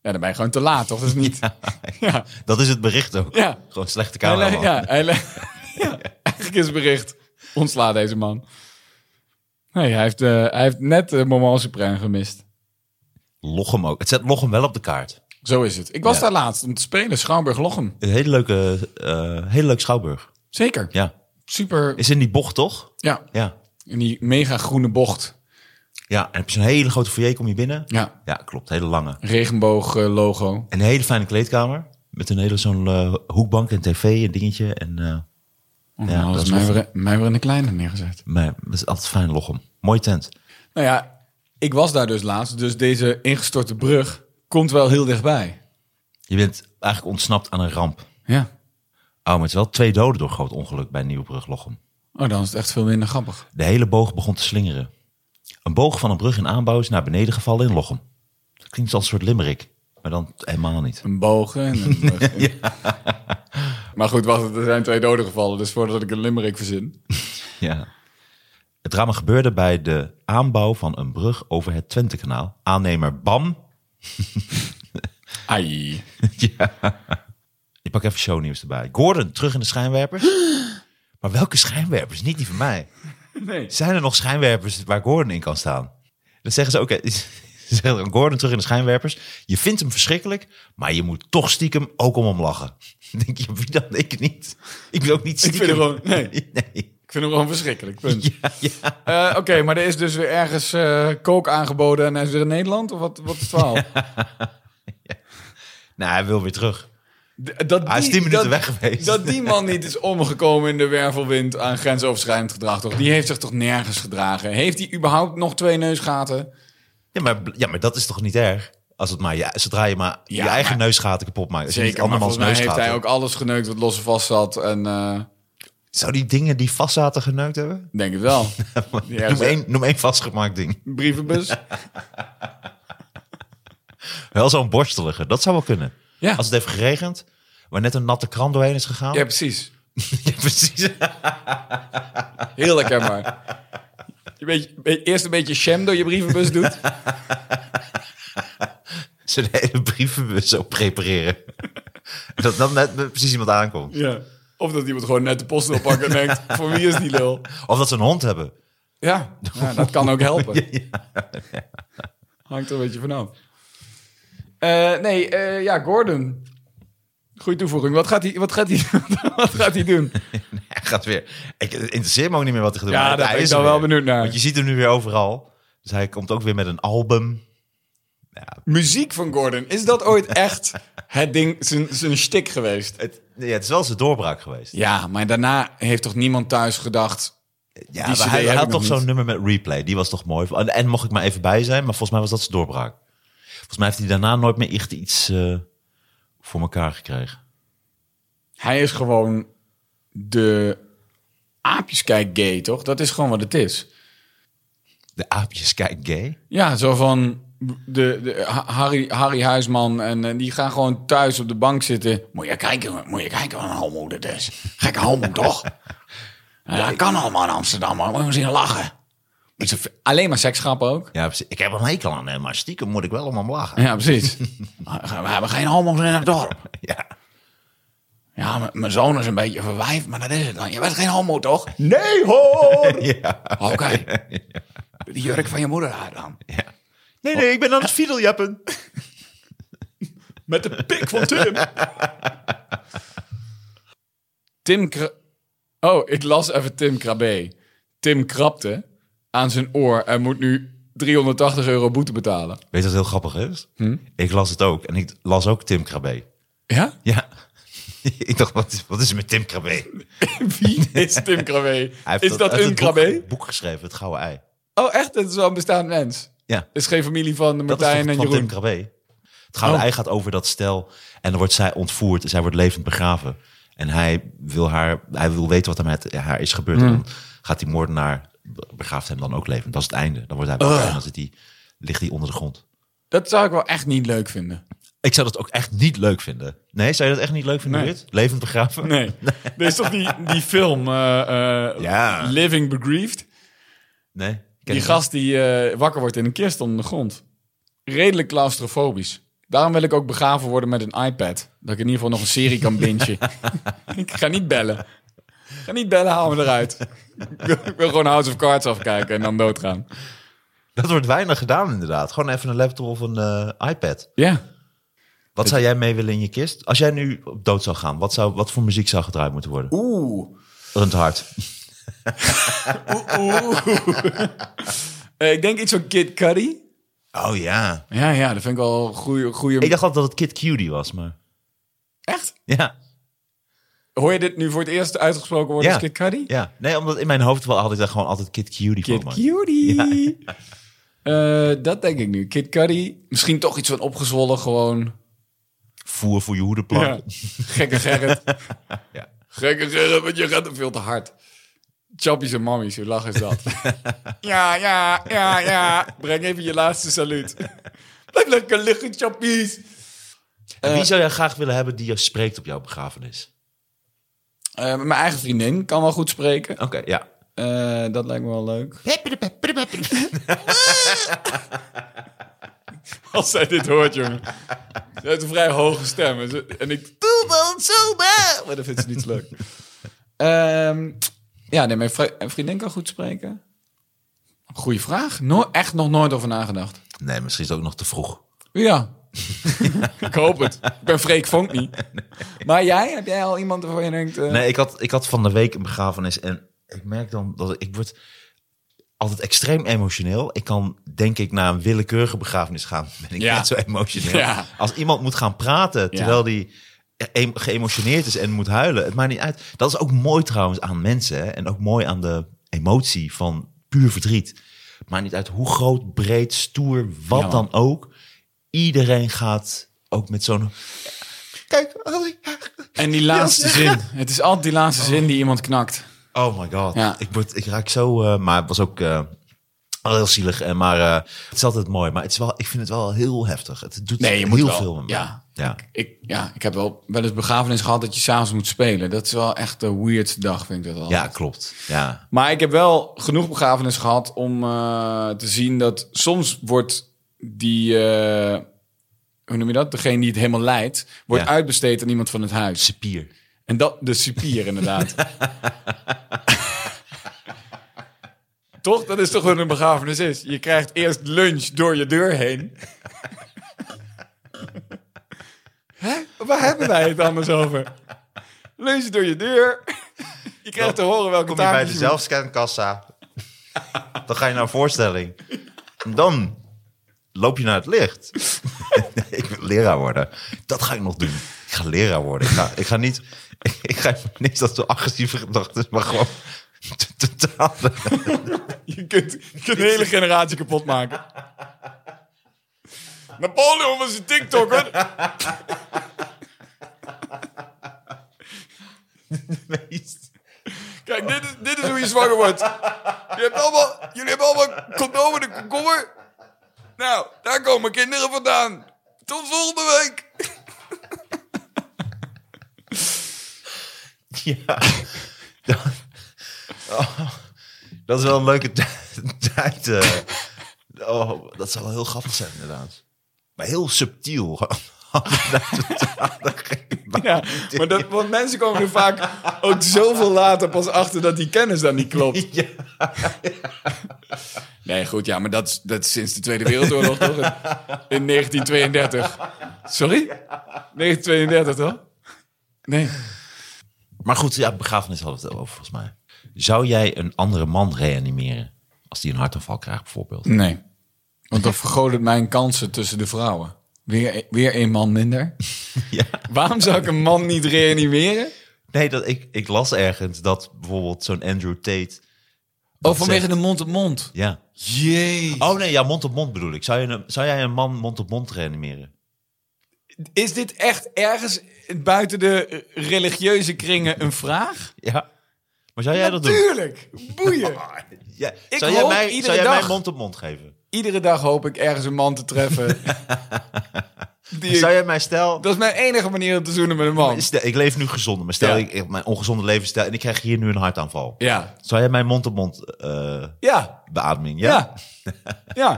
Ja, dan ben je gewoon te laat, toch? Dat is niet... Ja, ja.
Dat is het bericht ook.
(laughs) Ja.
Gewoon slechte
Hij
camera.
le- ja, hij le- (laughs) ja, eigenlijk is het bericht. Ontsla deze man. Nee, hij heeft, eh, hij heeft net de Moment Supreme gemist.
Lochem ook. Het zet Lochem wel op de kaart.
Zo is het. Ik was
Ja.
daar laatst om te spelen. Schouwburg-Lochem.
Een hele leuke, eh hele leuk Schouwburg.
Zeker.
Ja.
Super.
Is in die bocht, toch?
Ja.
Ja.
In die mega groene bocht.
Ja, en heb je zo'n hele grote foyer, kom je binnen.
Ja. eh,
Ja, klopt. Hele lange.
Regenboog-logo.
En een hele fijne kleedkamer. Met een hele zo'n eh, hoekbank en tv en dingetje. En eh, Ja,
nou,
dat
dat
is
is mij
wel-
weer, mij weer in de kleine neergezet.
maar dat is altijd fijn Lochem. Mooie tent.
Nou ja, ik was daar dus laatst. Dus deze ingestorte brug komt wel heel dichtbij.
Je bent eigenlijk ontsnapt aan een ramp.
Ja.
Oh, maar het is wel twee doden door groot ongeluk bij Nieuwbrug Lochem.
Oh, dan is het echt veel minder grappig.
De hele boog begon te slingeren. Een boog van een brug in aanbouw is naar beneden gevallen in Lochem. Dat klinkt als een soort limerick, maar dan helemaal niet.
Een boog en een (laughs) brug. Maar goed, wacht, er zijn twee doden gevallen. Dus voordat ik een limerick verzin.
Ja. Het drama gebeurde bij de aanbouw van een brug over het Twentekanaal. Aannemer Bam.
Ai.
Ik pak even shownieuws erbij. Gordon, terug in de schijnwerpers. Maar welke schijnwerpers? Niet die van mij.
Nee.
Zijn er nog schijnwerpers waar Gordon in kan staan? Dat zeggen ze ook. hè. (laughs) Ze zeggen dan, Gordon terug in de schijnwerpers. Je vindt hem verschrikkelijk, maar je moet toch stiekem ook om hem lachen. (laughs) Dan Denk je, wie dan? Ik niet. Ik wil ook niet
Ik
stiekem.
vind hem gewoon... Nee,
(laughs) Nee.
ik vind hem gewoon verschrikkelijk. Punt. Eh, Oké, maar er is dus weer ergens eh, kook aangeboden en hij is weer in Nederland? Of wat, wat is het verhaal?
Nou, hij wil weer terug.
D- Dat die,
Hij is 10 minuten
dat-
weg geweest.
Dat die man niet is omgekomen in de wervelwind aan grensoverschrijdend gedrag, toch? Die heeft zich toch nergens gedragen? Heeft hij überhaupt nog twee neusgaten?
Ja maar, ja, maar dat is toch niet erg? Als het maar, ja, zodra je maar
Ja,
je eigen
maar-
neusgaten kapot maakt. Als je niet
Zeker, maar
andermans
volgens mij heeft
neusgaten-
hij ook alles geneukt wat los en vast zat. En eh,
Zou die dingen die vast zaten geneukt hebben? (laughs)
denk het wel. Die ergens-
noem, één, noem één vastgemaakt ding.
Brievenbus.
Wel zo'n borstelige, dat zou wel kunnen.
Ja.
Als het heeft geregend, waar net een natte kraan doorheen is gegaan.
Ja, precies.
(laughs) Ja, precies.
Heel herkenbaar. Je beetje, be- eerst een beetje sham door je brievenbus doet.
Zijn hele brievenbus zo prepareren. (laughs) dat dan net precies iemand aankomt.
Ja. Of dat iemand gewoon net de post wil pakken en denkt, voor wie is die lul?
Of dat ze een hond hebben. (laughs)
Ja, ja, dat kan ook helpen. Hangt er een beetje vanaf. Eh, nee, eh, ja, Gordon. Goeie toevoeging. Wat gaat hij, wat gaat hij, (laughs) wat gaat hij doen?
Hij gaat weer. Ik het interesseert me ook niet meer wat hij gaat doen.
Ja,
maar
daar
hij
ben ik
is
dan
er
wel
weer.
benieuwd naar.
Want je ziet hem nu weer overal. Dus hij komt ook weer met een album.
Muziek van Gordon. Is dat ooit echt het ding, zijn, zijn shtick geweest?
Het, ja, het is wel zijn doorbraak geweest.
Ja, maar daarna heeft toch niemand thuis gedacht...
Ja,
Die
maar
CD
hij,
heb
hij
ik
had
nog
toch zo'n
niet.
nummer met replay. Die was toch mooi. En, en mocht ik maar even bij zijn. Maar volgens mij was dat zijn doorbraak. Volgens mij heeft hij daarna nooit meer echt iets eh, voor elkaar gekregen.
Hij is gewoon de aapjeskijk gay, toch? Dat is gewoon wat het is.
De aapjes kijk gay.
Ja, zo van de, de Ha- Harry, Harry Huisman en eh, die gaan gewoon thuis op de bank zitten. Moet je kijken, hoor. moet je kijken wat een homo dat is. Gekke (laughs) homo, toch? Ja, dat kan allemaal in Amsterdam, maar moet je zien lachen. Met z'n- Alleen maar seksgrappen ook.
Ja, precies. ik heb er een hekel aan hem, maar stiekem moet ik wel om hem lachen.
Ja, (laughs) precies. We hebben geen homo's in het dorp.
Ja.
Ja, m- mijn zoon is een beetje verwijfd, maar dat is het dan. Je bent geen homo, toch? Nee, (laughs) hoor! Oké. De jurk van je moeder uit dan.
Nee, nee, ik ben aan het fiedeljappen.
Met de pik van Tim. Tim Kra- Oh, ik las even Tim Krabbe. Tim krapte aan zijn oor en moet nu 380 euro boete betalen.
Weet je wat heel grappig is? Ik las het ook. En ik las ook Tim Krabbe.
Ja?
Ja. (laughs) ik dacht, wat is, wat is er met Tim Krabbe?
(laughs) Wie is Tim Krabbe? Is dat een Krabbe?
Een boek geschreven, Het Gouden Ei.
Oh, echt? Dat is wel een bestaand mens.
Ja.
Is geen familie van
Dat is
Martijn
toch
en
van Tim
Jeroen.
Krabbe. Het Gouden
Oh.
Ei gaat over dat stel. En dan wordt zij ontvoerd. En zij wordt levend begraven. En hij wil, haar, hij wil weten wat er met haar is gebeurd. En dan gaat die moordenaar, be- begraaft hem dan ook levend. Dat is het einde. Dan wordt hij wakker en dan zit hij ligt die onder de grond.
Dat zou ik wel echt niet leuk vinden.
Ik zou dat ook echt niet leuk vinden. Nee, zou je dat echt niet leuk vinden,
Nee.
Ruud? Levend begraven?
Nee. Er is toch die, die film eh, eh,
Ja.
Living Begrieved?
Nee? Ken ik
Die
niet.
gast die eh, wakker wordt in een kist onder de grond. Redelijk claustrofobisch. Daarom wil ik ook begraven worden met een iPad. Dat ik in ieder geval nog een serie kan (laughs) bingen. ik ga niet bellen. Ik ga niet bellen, haal me eruit. ik wil- ik wil gewoon House of Cards afkijken en dan doodgaan.
Dat wordt weinig gedaan, inderdaad. Gewoon even een laptop of een eh, iPad.
Ja.
Wat zou jij mee willen in je kist? Als jij nu op dood zou gaan, wat, zou, wat voor muziek zou gedraaid moeten worden?
Oeh.
Rund hard.
(laughs) Eh, ik denk iets van Kid Cudi.
Oh ja.
Ja, ja, dat vind ik wel een goede... goede...
Ik dacht altijd dat het Kid Cutie was, maar...
Echt?
Ja,
Hoor je dit nu voor het eerst uitgesproken worden
Ja.
als Kid Cudi?
ja. Nee, omdat in mijn hoofd wel had ik daar gewoon altijd Kid Cutie
Kid
voor.
Cudi. (laughs) Eh, dat denk ik nu. Kid Cudi. Misschien toch iets van opgezwollen gewoon.
Voer voor je
Ja.
hoedenplank.
Gekke Gerrit.
Ja.
Gekke Gerrit, want je gaat hem veel te hard. Chappies en mammies, hoe lach is dat? ja, ja, ja, ja. Breng even je laatste saluut. (laughs) Blijf lekker liggen, chappies.
En wie zou jij graag willen hebben die je spreekt op jouw begrafenis?
Eh, mijn eigen vriendin kan wel goed spreken.
Oké, ja.
Eh, dat lijkt me wel leuk. (laughs) Als zij dit hoort, jongen. Ze heeft een vrij hoge stem. En, ze- en ik... Doe wel zo, maar... Maar dat vindt ze niet zo leuk. Ehm, ja, nee, mijn vri- mijn vriendin kan goed spreken. Goeie vraag. No echt nog nooit over nagedacht.
Nee, misschien is het ook nog te vroeg.
Ja. (laughs) ik hoop het. Ik ben Freek Vonk niet. Maar jij? Heb jij al iemand waarvan je denkt... eh,
Nee, ik had, ik had van de week een begrafenis en ik merk dan dat ik word altijd extreem emotioneel. Ik kan denk ik naar een willekeurige begrafenis gaan, (laughs) ben ik
Ja.
net zo emotioneel.
Ja.
Als iemand moet gaan praten terwijl die e- geëmotioneerd is en moet huilen, het maakt niet uit. Dat is ook mooi trouwens aan mensen hè, en ook mooi aan de emotie van puur verdriet. Maar niet uit hoe groot, breed, stoer, wat
Ja.
dan ook. Iedereen gaat ook met zo'n... Kijk, als ik-
En die laatste zin. Het is altijd die laatste zin die iemand knakt.
Oh my god.
Ja.
Ik, word, ik raak zo... eh, maar het was ook eh, wel heel zielig. En, maar eh, het is altijd mooi. Maar het is wel, ik vind het wel heel heftig. Het doet
Nee, je moet
heel
wel.
veel met me.
Ja.
ja.
Ik, ja, ik heb wel, wel eens begrafenis gehad dat je s'avonds moet spelen. Dat is wel echt de weirdste dag, vind ik dat wel.
Ja, klopt. Ja.
Maar ik heb wel genoeg begrafenis gehad om eh, te zien dat soms wordt die, eh, hoe noem je dat? Degene die het helemaal leidt, wordt
Ja.
uitbesteed aan iemand van het huis.
Sepier.
En dat, de cipier inderdaad.
(laughs)
toch? Dat is toch wat een begrafenis is. Je krijgt eerst lunch door je deur
(laughs)
heen. Hè? Waar hebben wij het anders over? Lunch door je deur. Je krijgt te horen welke
Kom je bij
taartjes
de
moet-
zelfscankassa. dan ga je naar een voorstelling. En dan loop je naar het licht. (laughs) ik wil leraar worden. Dat ga ik nog doen. Ik ga leraar worden. Ik ga, ik ga niet... (laughs) Ik ga niks dat zo agressieve gedachten is, maar gewoon... (laughs) Totaal.
Je kunt, je kunt een hele generatie kapot maken. Napoleon was een TikToker. Kijk, dit is, dit is hoe je zwanger wordt. Jullie hebben allemaal, jullie hebben allemaal condomen en komkommer. Nou, daar komen kinderen vandaan. Tot volgende week.
(laughs) Ja. Oh, dat is wel een leuke tij- tijd. eh. oh, dat zou wel heel grappig zijn, inderdaad. Maar heel subtiel. (laughs)
Ja, maar dat, want mensen komen er vaak ook zoveel later pas achter dat die kennis dan niet klopt.
Ja.
Nee, goed, ja, maar dat is, dat is sinds de Tweede Wereldoorlog toch? In 1932. Sorry? 1932 toch? Nee.
Maar goed, ja, begrafenis hadden we het over, volgens mij. Zou jij een andere man reanimeren? Als die een hartaanval krijgt, bijvoorbeeld.
Nee. Want dan vergroot het mijn kansen tussen de vrouwen. Weer, e- weer een man
(laughs)
minder. Oh,
Ja.
Waarom zou ik een man niet reanimeren?
Nee, dat, ik, ik las ergens dat bijvoorbeeld zo'n Andrew Tate...
Oh, vanwege
zegt-
de mond-op-mond.
Ja.
Jee.
Oh nee, ja, mond-op-mond bedoel ik. Zou, je een, zou jij een man mond-op-mond reanimeren?
Is dit echt ergens buiten de religieuze kringen een vraag?
Ja. Maar zou jij dat doen?
Natuurlijk! Boeien!
Ja,
Ik
zou jij
hoop
mij,
iedere
zou jij mij
dag.
mond op mond geven?
Iedere dag hoop ik ergens een man te (laughs) treffen. die ik-
Zou jij mij stel...
Dat is mijn enige manier om te zoenen met een man.
Stel, ik leef nu gezond, maar stel
Ja.
ik, ik mijn ongezonde levensstijl en ik krijg hier nu een hartaanval.
Ja.
Zou jij mijn mond-op-mond eh,
Ja.
beademing? Ja. (laughs)
Ja. Ja.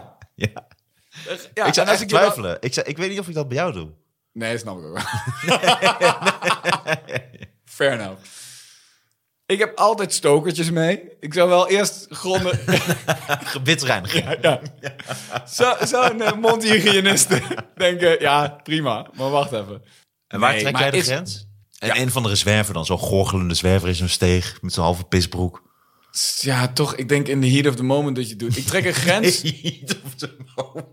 Ja.
Ja,
ik zou
en als
echt
ik je wel-
twijfelen. Ik, zou, ik weet niet of ik dat bij jou doe.
Nee, snap ik ook
(laughs)
wel. Fair enough. Ik heb altijd stokertjes mee. Ik zou wel eerst
(laughs)
gronden...
Gewitsreiniging.
ja. Zo- Zo'n eh, mondhygiëniste (laughs) denken, ja, prima. Maar wacht even.
En waar
Nee,
trek
maar
jij de
is-
grens? En een van de zwerver dan, zo'n gorgelende zwerver in zo'n steeg met zo'n halve pisbroek.
Ja, toch, ik denk in the heat of the moment dat je het doet. Ik
(laughs)
trek een grens.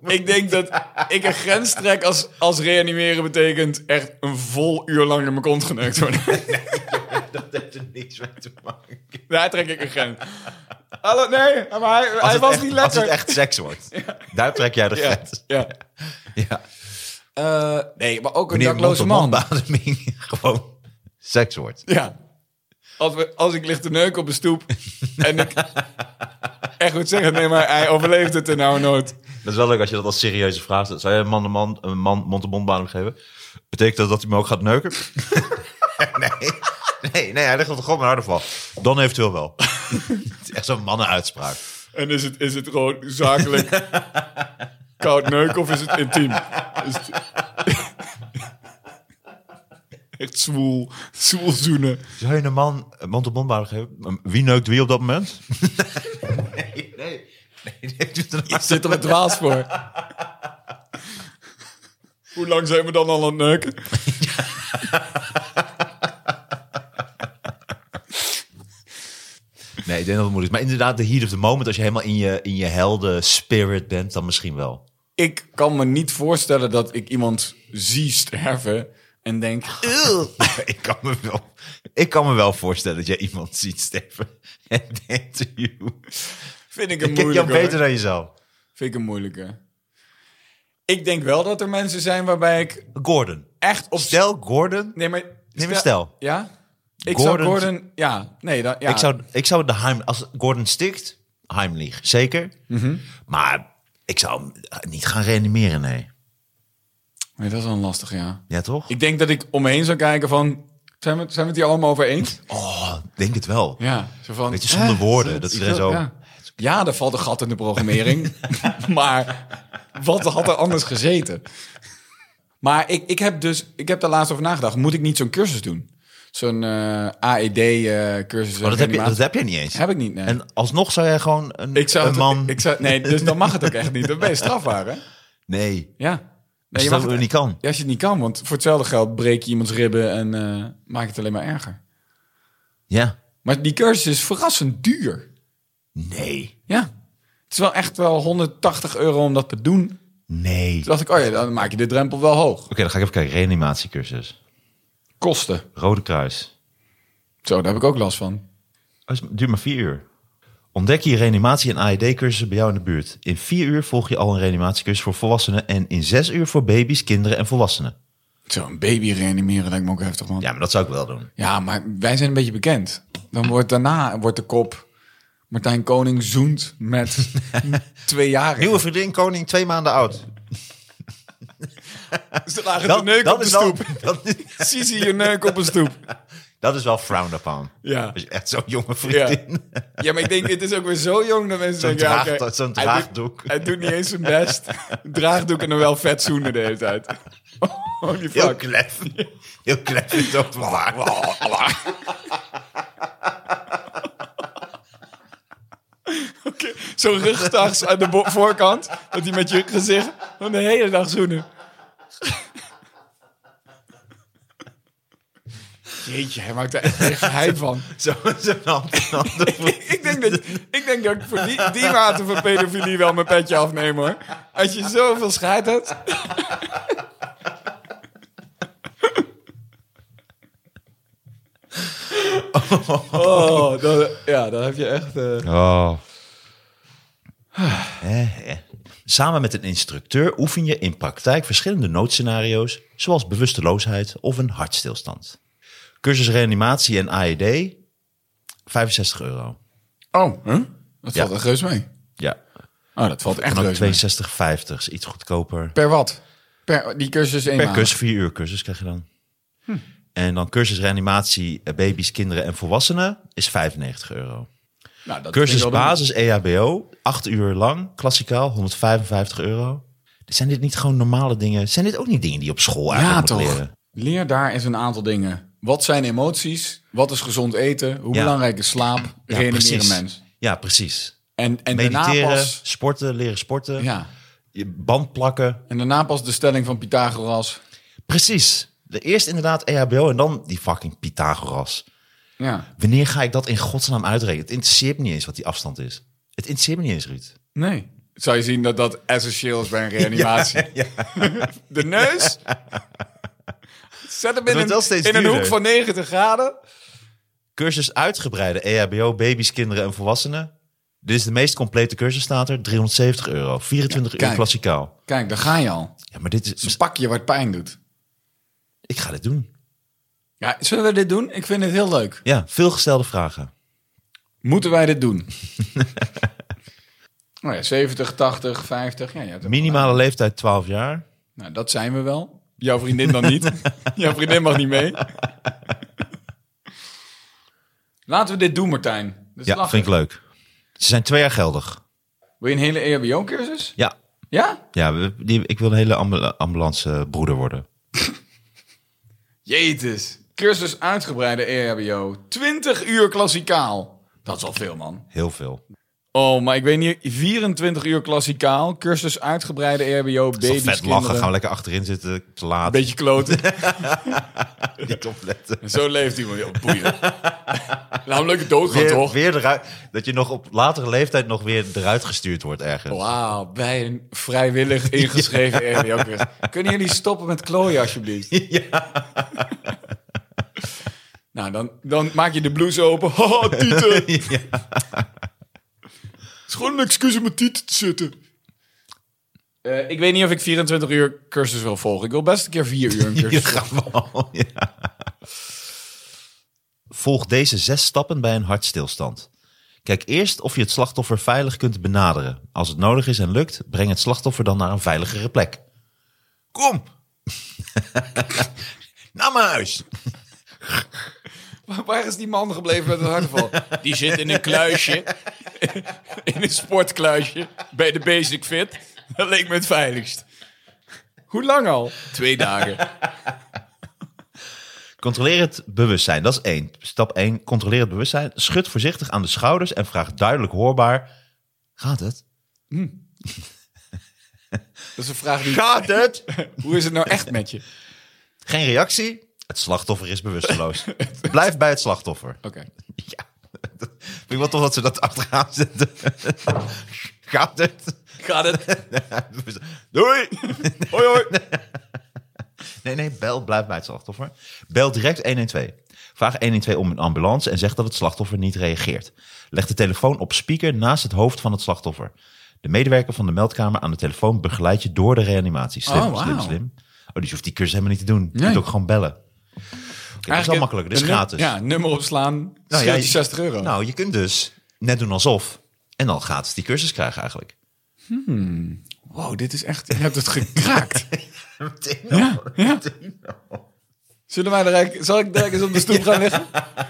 Ik denk dat ik een grens trek als, als reanimeren betekent echt een vol uur lang in mijn kont geneukt worden. (laughs)
dat heeft er niks mee te maken.
Daar trek ik een grens. Hallo, nee, maar hij, hij
het
was
echt-
niet
Als
lekker.
het echt seks wordt. Daar trek jij de
ja,
grens.
ja.
Ja.
Eh, nee, maar ook een
Wanneer
dakloze man.
mond-op-mondbeademing (laughs) gewoon seks wordt.
Ja. Als, we, als ik lig te neuken op de stoep
(laughs)
en ik echt moet zeggen, nee, maar hij overleeft het er nou nooit.
Dat is wel leuk als je dat als serieuze vraag stelt. Zou jij een man, de man een man mond-op-mond beademing geven? Betekent dat dat hij me ook gaat neuken? (laughs) nee. nee. Nee, hij ligt op de grond met een harde val. Dan eventueel wel. (laughs) Het is echt zo'n mannenuitspraak.
En is het, is het gewoon (laughs) zakelijk koud neuken of is het intiem? Is het... Echt zwoel, zwoel zoenen.
Zou je een man een mond-op-mond beademing geven? Wie neukt wie op dat moment? (laughs) nee, nee. Nee, nee, doe het
Ik
maar.
zit er een dwaas voor. Hoe lang zijn we dan al aan het neuken?
nee, ik denk dat het moeilijk is. Maar inderdaad, de heat of the moment, als je helemaal in je, in je helden spirit bent, dan misschien wel.
Ik kan me niet voorstellen dat ik iemand zie sterven en denk...
(laughs) ik, kan me wel, ik kan me wel voorstellen dat jij iemand ziet sterven. (laughs) En denkt, "Joe."
Vind ik een
Ik ken jou
moeilijke.
beter
hoor.
dan jezelf.
Vind ik een moeilijke. Ik denk wel dat er mensen zijn waarbij ik
Gordon.
echt op...
Stel Gordon.
Nee, maar...
Neem een stel.
Ja? Ik
Gordon-
zou Gordon... Ja, nee, dan, ja.
Ik, zou, ik zou de Heim... Als Gordon stikt, Heimlich. Zeker.
Mhm.
Maar ik zou hem eh, niet gaan reanimeren, nee.
Nee, dat is wel lastig, ja.
Ja, toch?
Ik denk dat ik omheen zou kijken van... Zijn we, zijn we het hier allemaal over eens?
oh, denk het wel.
(laughs) Ja, zo van...
Beetje zonder
hè?
woorden, dat iedereen zo-
Ja. ja, er valt een gat in de (laughs) programmering. maar wat had er anders gezeten? Maar ik, ik heb dus... Ik heb daar laatst over nagedacht. Moet ik niet zo'n cursus doen? Zo'n eh, E AED-cursus.
Maar Oh, dat heb, je, dat heb jij niet eens.
eh, Heb ik niet, nee.
En alsnog zou jij gewoon een,
ik zou
een
het-
man...
Ik zou, nee, dus dan mag het ook echt niet. Dan ben je strafbaar, hè?
Nee,
Ja. Nee,
als
je
je
mag
dat
het-
niet kan.
ja, als je het niet kan, want voor hetzelfde geld breek je iemands ribben en eh maak je het alleen maar erger.
Ja.
Maar die cursus is verrassend duur.
Nee.
Ja. Het is wel echt wel 180 euro om dat te doen. Toen
Nee. Oké,
dacht ik, oh ja, dan maak je de drempel wel hoog.
dan ga ik even kijken. Reanimatiecursus.
Kosten.
Rode Kruis.
Zo, daar heb ik ook last van.
Oh, Het duurt maar vier uur. Ontdek je reanimatie- en AED-cursussen bij jou in de buurt. In vier uur volg je al een reanimatiecursus voor volwassenen... en in zes uur voor baby's, kinderen en volwassenen.
Zo, een baby reanimeren lijkt me ook heftig, man. Ja.
Ja, maar dat zou ik wel doen.
maar wij zijn een beetje bekend. Dan wordt daarna wordt de kop... Martijn Koning zoent met (laughs) twee jaren.
Nieuwe vriendin, koning, twee maanden oud.
Ze lagen te neuken op de stoep. (laughs)
dat, is-
Sisi je neuk op een stoep.
dat is wel frowned upon.
Ja.
Als je echt zo'n jonge
Ja.
vriendin...
ja, maar ik denk, dit is ook weer zo jong dat mensen
Zo'n
denken... ja,
draag-
oké,
zo'n
hij
draagdoek.
Doet, hij doet niet eens zijn
(laughs)
best. draagdoek en dan wel vet zoenen de hele tijd. (laughs) Holy
Heel
fuck.
klef. Heel klef in het openbaar.
(laughs) Oké, Zo'n rugtags aan de bo- voorkant. Dat hij met je gezicht van de hele dag zoenen. (laughs) Jeetje, hij maakt er echt een geheim van.
Zo'n zo hand in hand.
ik, denk dat, ik denk dat ik voor die, die mate van pedofilie wel mijn petje afneem hoor. Als je zoveel scheid hebt. Oh, dan, ja, dan heb je echt. eh,
Oh. Eh, eh. Samen met een instructeur oefen je in praktijk verschillende noodscenario's, zoals bewusteloosheid of een hartstilstand. Cursus reanimatie en AED 65 E euro.
Oh, huh? dat
Ja.
valt echt reus mee.
Ja.
Oh, dat valt echt
En ook
reus mee.
62,50 is iets goedkoper.
Per wat? Per, die cursus
Per
eenmalig?
cursus, vier uur cursus krijg je dan. En dan cursus reanimatie, eh, baby's, kinderen en volwassenen is 95 euro.
Nou, dat vind ik
Cursus
wel doen.
basis E EHBO, acht uur lang, klassikaal, 155 euro. Zijn dit niet gewoon normale dingen? Zijn dit ook niet dingen die je op school
Ja,
eigenlijk
toch.
moet leren?
Leer daar eens een aantal dingen. Wat zijn emoties? Wat is gezond eten? Hoe
Ja.
belangrijk is slaap?
Ja,
Reanimeren
precies.
mens.
Ja, precies.
En, en daarna
Mediteren,
pas...
sporten, leren sporten,
Ja.
je band plakken.
En daarna pas de stelling van Pythagoras.
Precies. De- Eerst inderdaad E EHBO en dan die fucking Pythagoras.
Ja.
Wanneer ga ik dat in godsnaam uitrekenen? Het interesseert me niet eens wat die afstand is. Het interesseert me niet eens, Ruud.
Nee. Zou je zien dat dat essentieel is
(laughs)
bij een reanimatie? (laughs) De neus? Zet hem in
wordt wel
een,
steeds
in een
duurder.
hoek van 90 graden.
Cursus uitgebreide E EHBO, baby's, kinderen en volwassenen. Dit is de meest complete cursus, staat er. 370 euro. 24
Ja,
uur
kijk.
klassikaal.
Kijk, daar ga je al.
Ja, maar dit
Een
is...
pakje wat pijn doet.
Ik ga dit doen.
Ja, zullen we dit doen? Ik vind het heel leuk.
Ja, veelgestelde vragen.
Moeten wij
(laughs)
dit doen? nou ja, 70, 80, 50. Ja, je hebt het
Minimale leeftijd 12 jaar.
Nou, dat zijn we wel. Jouw vriendin dan (laughs) niet. Jouw vriendin mag niet mee. Laten we dit doen, Martijn. Dat is
Ja,
lachen.
vind ik leuk. Ze zijn twee jaar geldig.
Wil je een hele E EHBO-cursus?
Ja,
Ja?
ja we- die, ik wil een hele ambul- ambulancebroeder worden.
Jezus. Cursus uitgebreide E EHBO. 20 uur klassikaal. Dat is al veel, man.
Heel veel.
Oh, maar ik weet niet. 24 uur klassikaal. Cursus uitgebreide E EHBO.
Is toch
Baby's,
vet
kinderen.
lachen, gaan we lekker achterin zitten. Te laat,
Beetje kloten.
(laughs) niet opletten.
En zo leeft iemand. Ja, boeien.
(laughs)
Laat hem lekker doodgaan,
Weer,
toch?
weer eruit, dat je nog op latere leeftijd nog weer eruit gestuurd wordt ergens.
Wauw, bij een
(laughs)
vrijwillig ingeschreven RBO cursus. Kunnen jullie stoppen met
(laughs)
klooien, alsjeblieft? nou, dan, dan maak je de blouse open. (laughs) Haha, tieten.
(laughs) Ja.
Het is gewoon een excuus om met tieten te zitten. Eh, ik weet niet of ik 24 uur cursus wil volgen. Ik wil best een keer 4 uur
(laughs)
een
Je
cursus.
gaat wel, ja. Volg deze zes stappen bij een hartstilstand. Kijk eerst of je het slachtoffer veilig kunt benaderen. Als het nodig is en lukt, breng het slachtoffer dan naar een veiligere plek. Kom! (laughs) naar mijn huis!
Waar- (laughs) Waar is die man gebleven met een hartval? Die zit in een kluisje. In een sportkluisje. Bij de Basic Fit. Dat leek me het veiligst. Hoe lang al? Twee dagen.
Controleer het bewustzijn, dat is één. Stap 1, controleer het bewustzijn. Schud voorzichtig aan de schouders en vraag duidelijk hoorbaar... Gaat het?
Dat is een vraag die...
Gaat het?
Hoe is het nou echt met je?
Geen reactie? Het slachtoffer is bewusteloos. Blijf bij het slachtoffer.
Oké.
(laughs) Ja. Vind ik wel tof dat ze dat achteraan zetten. (laughs) Gaat het? (laughs)
Gaat het?
Doei!
(laughs) Hoi hoi.
Nee, nee, bel, blijf bij het slachtoffer. Bel direct 112. Vraag 112 om een ambulance en zeg dat het slachtoffer niet reageert. Leg de telefoon op speaker naast het hoofd van het slachtoffer. De medewerker van de meldkamer aan de telefoon begeleidt je door de reanimatie. Slim,
Oh, wauw.
slim, slim. Oh, dus je hoeft die cursus helemaal niet te doen. Je
Nee.
kunt ook gewoon bellen. Oké, dat is wel makkelijker, dit is
een num-
gratis.
Ja, nummer opslaan.
Nou,
scheelt
ja,
je
je-
60 euro.
Nou, je kunt dus net doen alsof. En dan gratis die cursus krijgen eigenlijk.
Wow, dit is echt... Je hebt het
(laughs)
gekraakt.
Meteen
ja, ja. Zullen wij er eigenlijk... Zal ik direct eens op de
(laughs)
stoep gaan liggen?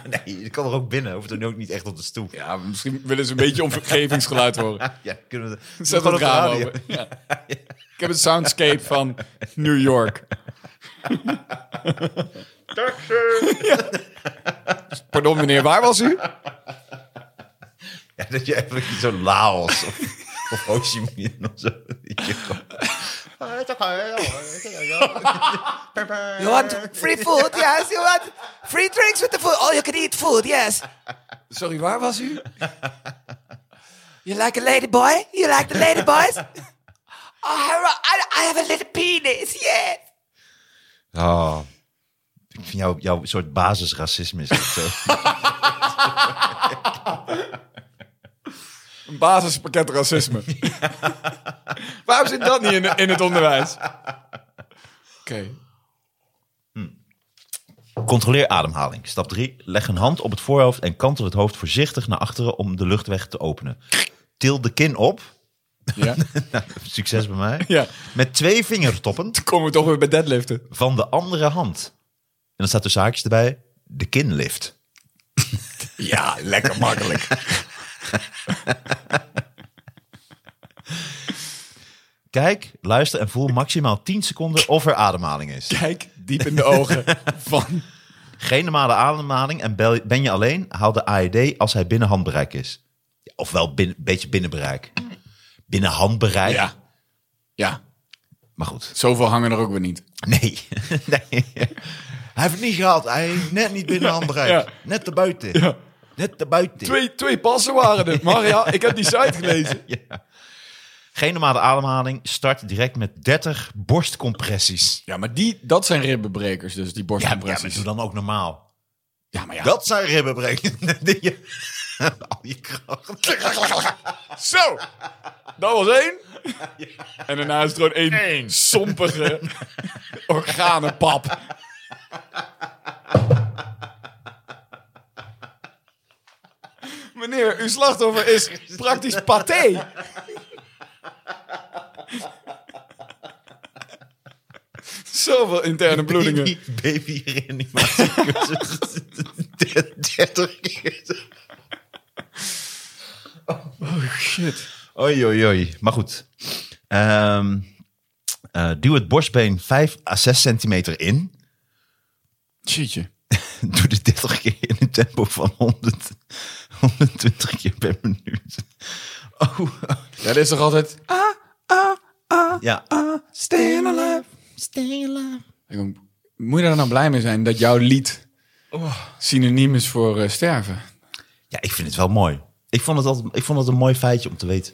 Nee, je kan er ook binnen. Hoeft er nu ook niet echt op de stoep. Ja,
Ja, misschien willen ze een beetje omgevingsgeluid horen.
kunnen we... Doe
Zet
gewoon
het
op de
raam
radio.
open. (laughs) Ja. Ik heb een soundscape van New York. Ja. Pardon meneer, waar was u?
Ja, dat je even in zo'n Laos of, of Ho Chi Minh of zo. dat je gewoon-
You want free food? Yes. You want free drinks with the food? Oh, you can eat food. Yes.
Sorry, waar was u?
You like a lady boy? You like the lady boys? Oh, Harold, I, I have a little penis. Yes.
Oh, ik vind jou, jouw soort basisracisme is dat zo.
Een basispakket (laughs) racisme. Waarom zit dat niet in, in het onderwijs? Oké.
Controleer ademhaling. Stap 3. Leg een hand op het voorhoofd en kantel het hoofd voorzichtig naar achteren om de luchtweg te openen. Til de kin op. (laughs)
Ja.
Nou, succes bij mij.
Ja.
Met twee vingertoppen
Komen we toch weer bij deadliften?
van de andere hand. En dan staat er zaakjes erbij. De kinlift.
Ja, lekker makkelijk.
Kijk, luister en voel maximaal 10 seconden of er ademhaling is.
Kijk diep in de ogen van...
Geen normale ademhaling en bel- ben je alleen, haal de AED als hij binnen handbereik is. Ja, Ofwel een beetje binnen bereik. Binnen handbereik.
Ja. Ja.
Maar goed.
Zoveel hangen er ook weer niet.
Nee. (laughs) nee. Hij heeft het niet gehaald. Hij heeft net niet binnen handbereik.
ja.
Net te buiten. Net te buiten.
Twee, twee passen waren het. Maria, ik heb die site gelezen.
Geen normale ademhaling. Start direct met 30 borstcompressies.
Ja, maar die, dat zijn ribbenbrekers dus, die
Ja, ja, maar
borstcompressies.
doe dan ook normaal.
Ja, maar ja.
Dat zijn (laughs) ribbenbrekende dingen. Al je kracht.
Zo, dat was één. En daarna is het gewoon
(laughs)
één, sompige organenpap. Meneer, uw slachtoffer is praktisch paté. Zoveel interne
(laughs)
bloedingen.
Baby, baby reanimatie. (laughs) 30 keer.
Oh, Shit.
Oei, oei, oei. Maar goed. Ehm, eh, duw het borstbeen 5 à 6 centimeter in. (laughs)
Cheatje.
Doe dit 30 keer in een tempo van 100, 120 keer per minuut. Oh,
Ja, dat is toch altijd...
ja.
Staying alive. Ik denk, Moet je daar nou blij mee zijn dat jouw lied synoniem is voor eh, sterven?
ja, ik vind het wel mooi. Ik vond het, altijd, ik vond het een mooi feitje om te weten.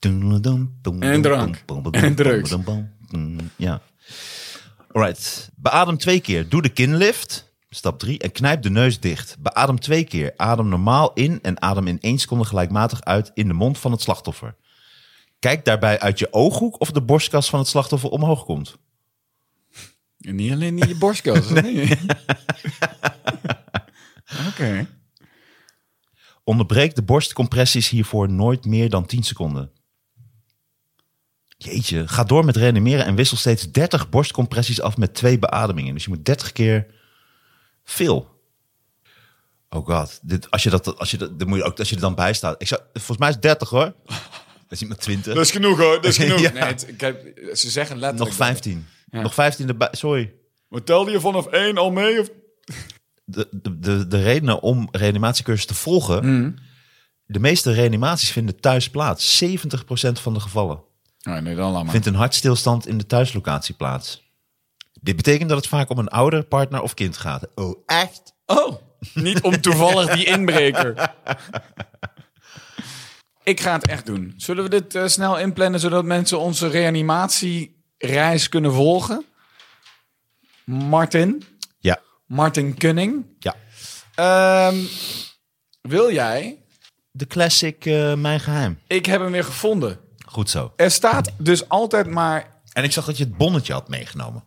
En drank. En drugs.
Ja. Alright. Beadem twee keer. Doe de kinlift. Stap 3. En knijp de neus dicht. Beadem twee keer. Adem normaal in en adem in één seconde gelijkmatig uit in de mond van het slachtoffer. Kijk daarbij uit je ooghoek of de borstkas van het slachtoffer omhoog komt.
En niet alleen in je borstkas. hè? Nee. Oké.
Onderbreek de borstcompressies hiervoor nooit meer dan 10 seconden. Jeetje, ga door met reanimeren en wissel steeds 30 borstcompressies af met twee beademingen. Dus je moet 30 keer veel. Oh god, dit, als, je dat, als, je dat, dan moet je ook, als je er dan bij staat. Ik zou, volgens mij is 30 hoor. Dat is niet maar 20.
is genoeg hoor, dat is
genoeg.
Nee, het- ik heb- ze zeggen letterlijk...
Nog 15.
Ja.
Nog 15 erbij. Sorry.
Maar telde je vanaf één al mee? Of...
de, de, de, de redenen om reanimatiecursus te volgen. De meeste reanimaties vinden thuis plaats. 70% van de gevallen
Nee, Oh, nee, dan laat maar.
vindt een hartstilstand in de thuislocatie plaats. Dit betekent dat het vaak om een ouder, partner of kind gaat. Oh, echt?
Oh, niet om toevallig die inbreker. Ik ga het echt doen. Zullen we dit eh, snel inplannen, zodat mensen onze reanimatiereis kunnen volgen? Martin,
Ja,
Martin Kunning.
ja.
Ehm, wil jij?
De classic eh, Mijn Geheim.
Ik heb hem weer gevonden.
Goed zo.
Er staat dus altijd maar...
En ik zag dat je het bonnetje had meegenomen.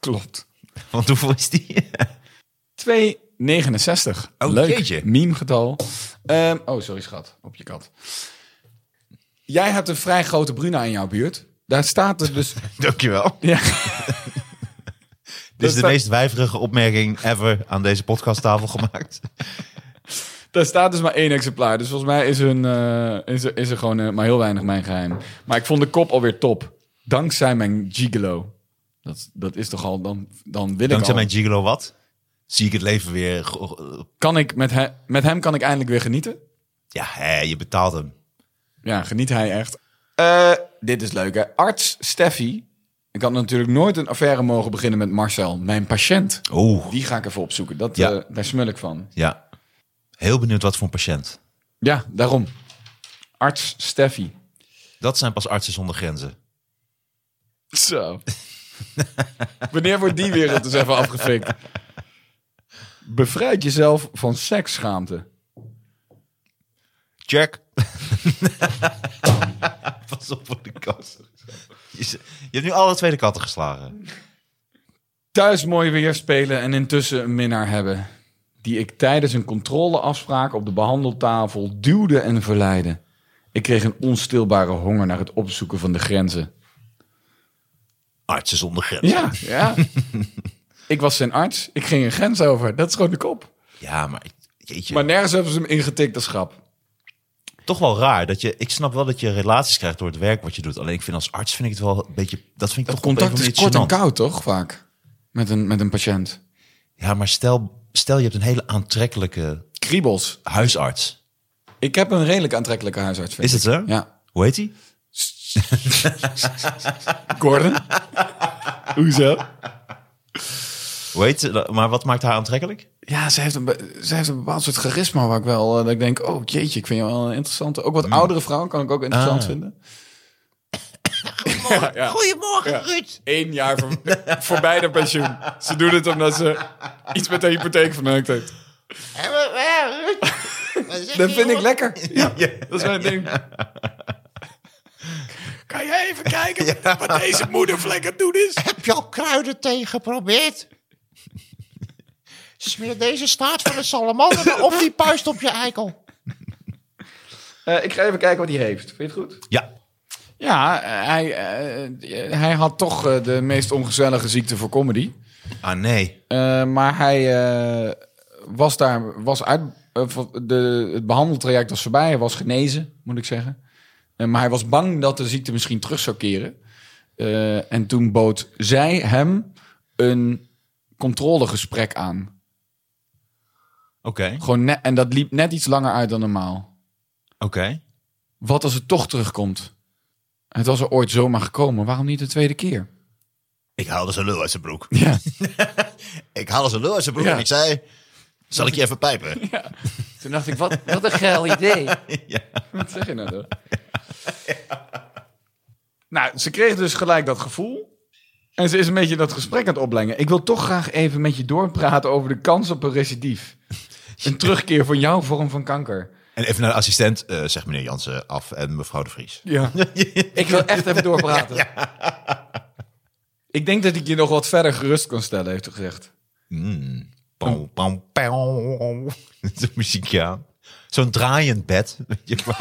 Klopt.
Want hoeveel is die? (laughs)
269.
Oh,
Leuk.
jeetje.
Meme-getal. Ehm, oh, sorry schat. Op je kat. Jij hebt een vrij grote Bruna in jouw buurt. Daar staat er
(laughs)
dus...
Dankjewel. (laughs)
ja.
Dit is de
dat-
meest wijverige opmerking ever aan deze podcasttafel gemaakt.
Daar staat dus maar één exemplaar. Dus volgens mij is, hun, eh, is, er, is er gewoon eh, maar heel weinig mijn geheim. Maar ik vond de kop alweer top. Dankzij mijn gigolo. Dat, dat is toch al... Dan, dan wil ik
Dankzij
al...
mijn gigolo wat? Zie ik het leven weer go-
kan ik met, he- met hem kan ik eindelijk weer genieten.
Ja, hè, je betaalt hem.
Ja, geniet hij echt. Eh, dit is leuk, hè? Arts Steffi. Ik had natuurlijk nooit een affaire mogen beginnen met Marcel, mijn patiënt.
Oeh.
Die ga ik even opzoeken. Dat,
Ja.
eh, daar smul ik van.
Oh. Ja. Heel benieuwd wat voor een patiënt.
Ja, daarom. Arts Steffi.
Dat zijn pas artsen zonder grenzen.
Zo. (laughs) Wanneer wordt die wereld eens even afgefikt? Bevrijd jezelf van seksschaamte.
(laughs) Check. Pas op voor de katten. Je, z- je hebt nu alle twee de katten geslagen.
Thuis mooi weer spelen en intussen een minnaar hebben. Die ik tijdens een controleafspraak op de behandeltafel duwde en verleidde. Ik kreeg een onstilbare honger naar het opzoeken van de grenzen.
Artsen zonder grenzen.
Ja, (laughs) ja. ik was zijn arts. Ik ging een grens over. Dat is gewoon de kop.
Ja, maar ik- jeetje.
Maar nergens hebben ze hem ingetikt, dat is grap.
toch wel raar dat je. Ik snap wel dat je relaties krijgt door het werk wat je doet. Alleen ik vind als arts vind ik het wel een beetje. Dat vind ik
Het
toch op een
contact
of
is
andere
kort en
manier
koud, toch? Vaak. Met een, met een patiënt.
gênant. Ja, maar stel, stel je hebt een hele aantrekkelijke
Kriebels.
huisarts.
Ik heb een redelijk aantrekkelijke huisarts. vind
Is het
ik.
zo?
Ja.
Hoe heet die?
Gordon? (laughs) Hoezo?
Hoe heet ze? Maar wat maakt haar aantrekkelijk?
Ja, ze heeft, een, be- ze heeft een bepaald soort charisma waar ik wel... eh, dat ik denk, oh jeetje, ik vind je wel een interessante... Ook wat oudere vrouwen kan ik ook interessant
Ah.
vinden. Goedemorgen,
Goedemorgen,
Eén jaar voor, voorbij de pensioen. Ze doen het omdat ze iets met de hypotheek verneukt heeft.
(laughs)
Dat vind ik lekker. Ja, dat is mijn ding. Kan jij even kijken wat deze moedervlek aan het doen is?
Heb je al kruidenthee geprobeerd?
Smeer deze staart van de salamander op die puist op je eikel.
Eh, ik ga even kijken wat hij heeft. Vind je het goed?
Ja.
Ja, eh, hij, eh, eh, hij had toch eh, de meest ongezellige ziekte voor comedy.
Ah nee.
Eh, maar hij eh, was daar, was uit, eh, va- de, het behandeltraject was voorbij. Hij was genezen, moet ik zeggen. Eh, maar hij was bang dat de ziekte misschien terug zou keren. Eh, en toen bood zij hem een controlegesprek aan.
Oké. Oké.
Gewoon net- en dat liep net iets langer uit dan normaal. Wat als het toch terugkomt? Het was er ooit zomaar gekomen. Waarom niet de tweede keer?
Ik haalde zijn lul uit zijn broek.
Ja.
(laughs) Ik haalde zijn lul uit zijn broek
Ja.
en ik zei... Zal ik je even pijpen?
Toen dacht ik, wat,
Wat een geil idee.
(laughs) Wat zeg je nou dan? Nou, ze kreeg dus gelijk dat gevoel. En ze is een beetje dat gesprek aan het oplengen. Ik wil toch graag even met je doorpraten over de kans op een recidief. Een terugkeer van jouw vorm van kanker.
En even naar de assistent. eh, zeg meneer Jansen af en mevrouw de Vries.
Ja. Ik wil echt even doorpraten. Ik denk dat ik je nog wat verder gerust kan stellen, heeft ze gezegd.
Mm. Pam, pam, pam. (laughs) De muziekje aan. Zo'n draaiend bed. (laughs) weet je wel.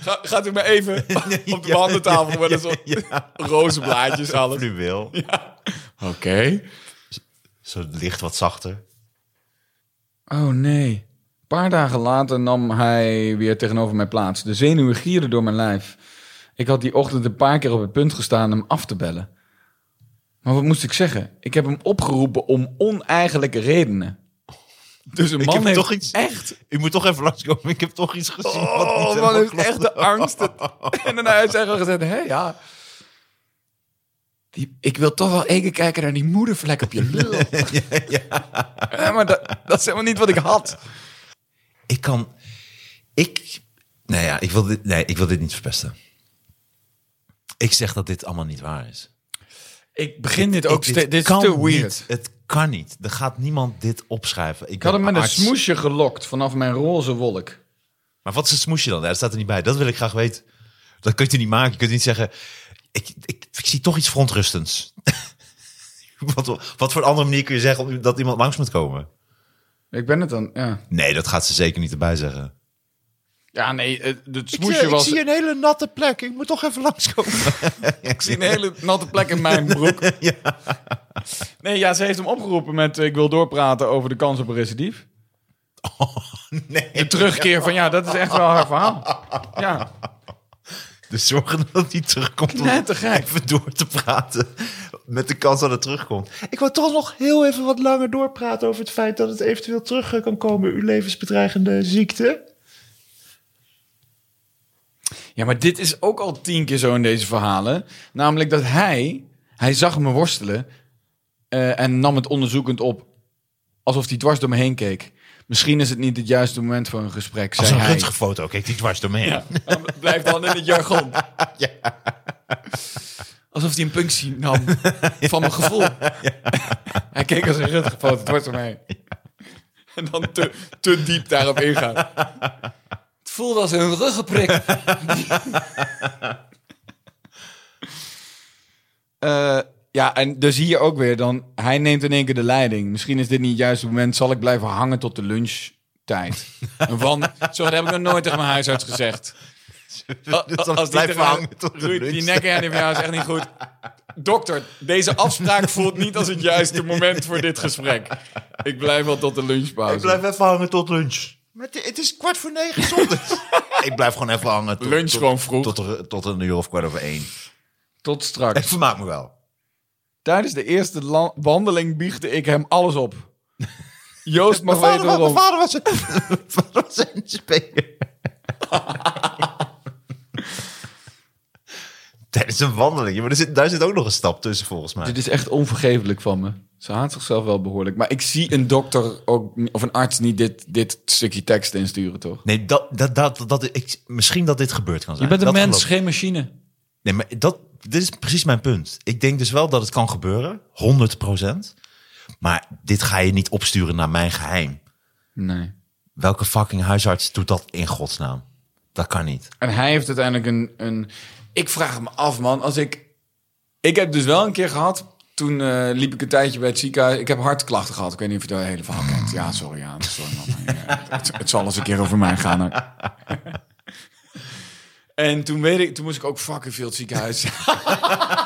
Ga, gaat u maar even op de
(laughs) ja.
behandeltafel met een soort rozenblaadjes
Wat
alles.
u wil.
Oké.
Zo licht wat zachter.
Oh nee. Een paar dagen later nam hij weer tegenover mij plaats. De zenuwen gierden door mijn lijf. Ik had die ochtend een paar keer op het punt gestaan hem af te bellen. Maar wat moest ik zeggen? Ik heb hem opgeroepen om oneigenlijke redenen. Dus een
Ik
man
heb
heeft
toch iets-
echt...
U moet toch even langskomen. Ik heb toch iets
(laughs)
gezien. wat niet
Oh, man
helemaal
heeft
klopt.
echt de angst. (laughs) En daarna heeft hij gewoon gezegd, hé ja... Die, ik wil toch wel één keer kijken naar die moedervlek op je
(laughs)
lul. Ja, maar dat, dat is helemaal niet wat ik had.
Ik kan... Ik... Nou ja, ik wil dit, nee, ik wil dit niet verpesten. Ik zeg dat dit allemaal niet waar is.
Ik begin dit ook
Ik-
steeds. Dit is te weird.
Niet. Het kan niet. Er gaat niemand dit opschrijven. Ik,
Ik had hem met een
arts.
smoesje gelokt vanaf mijn roze wolk.
Maar wat is het smoesje dan? Ja, dat staat er niet bij. Dat wil ik graag weten. Dat kunt u niet maken. Je kunt niet zeggen... Ik, ik, ik zie toch iets verontrustends. (laughs) wat, wat voor een andere manier kun je zeggen dat iemand langs moet komen?
Ik ben het dan, ja.
Nee, dat gaat ze zeker niet erbij
(laughs)
zeggen.
Ja, nee, eh, het
Ik,
smoesje
zie- ik
was...
zie een hele natte plek. Ik moet toch even langskomen.
ik zie een hele natte plek in mijn broek. Nee, ja, ze heeft hem opgeroepen met... eh, Ik wil doorpraten over de kans op een recidief.
Nee.
De terugkeer van, ja, dat is echt wel haar verhaal. Ja,
Dus zorgen dat hij terugkomt om
Knettergek.
even door te praten. Met de kans dat het terugkomt. Ik wil toch nog heel even wat langer doorpraten over het feit dat het eventueel terug eh, kan komen. Uw levensbedreigende ziekte.
Ja, maar dit is ook al tien keer zo in deze verhalen. Namelijk dat hij, hij zag me worstelen eh, en nam het onderzoekend op. Alsof hij dwars door me heen keek. Misschien is het niet het juiste moment voor een gesprek, zei
Als een
hij.
gunstige foto. Kijk, die dwars doorheen.
Ja, blijf dan in
(laughs)
het jargon. Alsof hij een punctie nam van mijn gevoel. Hij keek als een ruttige foto dwars door mij. En dan te, te diep daarop ingaan.
Het voelde als een ruggenprik.
Eh, Ja, en dus hier ook weer dan. Hij neemt in één keer de leiding. Misschien is dit niet het juiste moment. Zal ik blijven hangen tot de
(laughs)
lunchtijd? Want, zo dat heb ik nog nooit tegen mijn huisarts gezegd.
zal ik
die
blijven
eraan-
hangen tot de
Ruud, Die
lunchtijd.
nek aan jou is echt niet goed. Dokter, deze afspraak voelt niet als het juiste moment voor dit gesprek. Ik blijf wel tot de lunchpauze.
Ik blijf even hangen tot lunch.
Maar het, het is kwart voor negen zondag.
(laughs) Ik blijf gewoon even hangen. Tot,
Lunch
tot-
gewoon vroeg.
Tot, er- tot een uur of kwart over één.
Tot
Het
straks.
vermaakt me wel.
Tijdens de eerste la- wandeling biechtte ik hem alles
(laughs)
op. Joost mag
Mijn
weten
vader, mijn
waarom.
vader was... (laughs)
Wat zijn spelen? (laughs) Tijdens een wandeling. Ja, maar er zit, daar zit ook nog een stap tussen volgens mij.
Ah. Dit is echt onvergeeflijk van me. Ze haat zichzelf wel behoorlijk. Maar ik zie een dokter ook, ni- of een arts niet dit, dit stukje tekst insturen, toch?
Nee, dat, dat, dat, dat, ik, misschien dat dit gebeurd kan
Je
zijn.
bent een
Dat
mens,
geloof ik.
geen machine.
Nee, maar dat, dit is precies mijn punt. Ik denk dus wel dat het kan gebeuren. 100 Maar dit ga je niet opsturen naar mijn geheim.
Nee.
Welke fucking huisarts doet dat in godsnaam? Dat kan niet.
En hij heeft uiteindelijk een, een... Ik vraag me af, man. Als ik... Ik heb dus wel een keer gehad... Toen eh, liep ik een tijdje bij het ziekenhuis. Ik heb hartklachten gehad. Ik weet niet of je dat hele verhaal kent. Ja, sorry. Ja, sorry man. (laughs) Ja, het, het zal eens een keer over mij gaan. hoor. en toen, weet ik, toen moest ik ook fucking veel het ziekenhuis.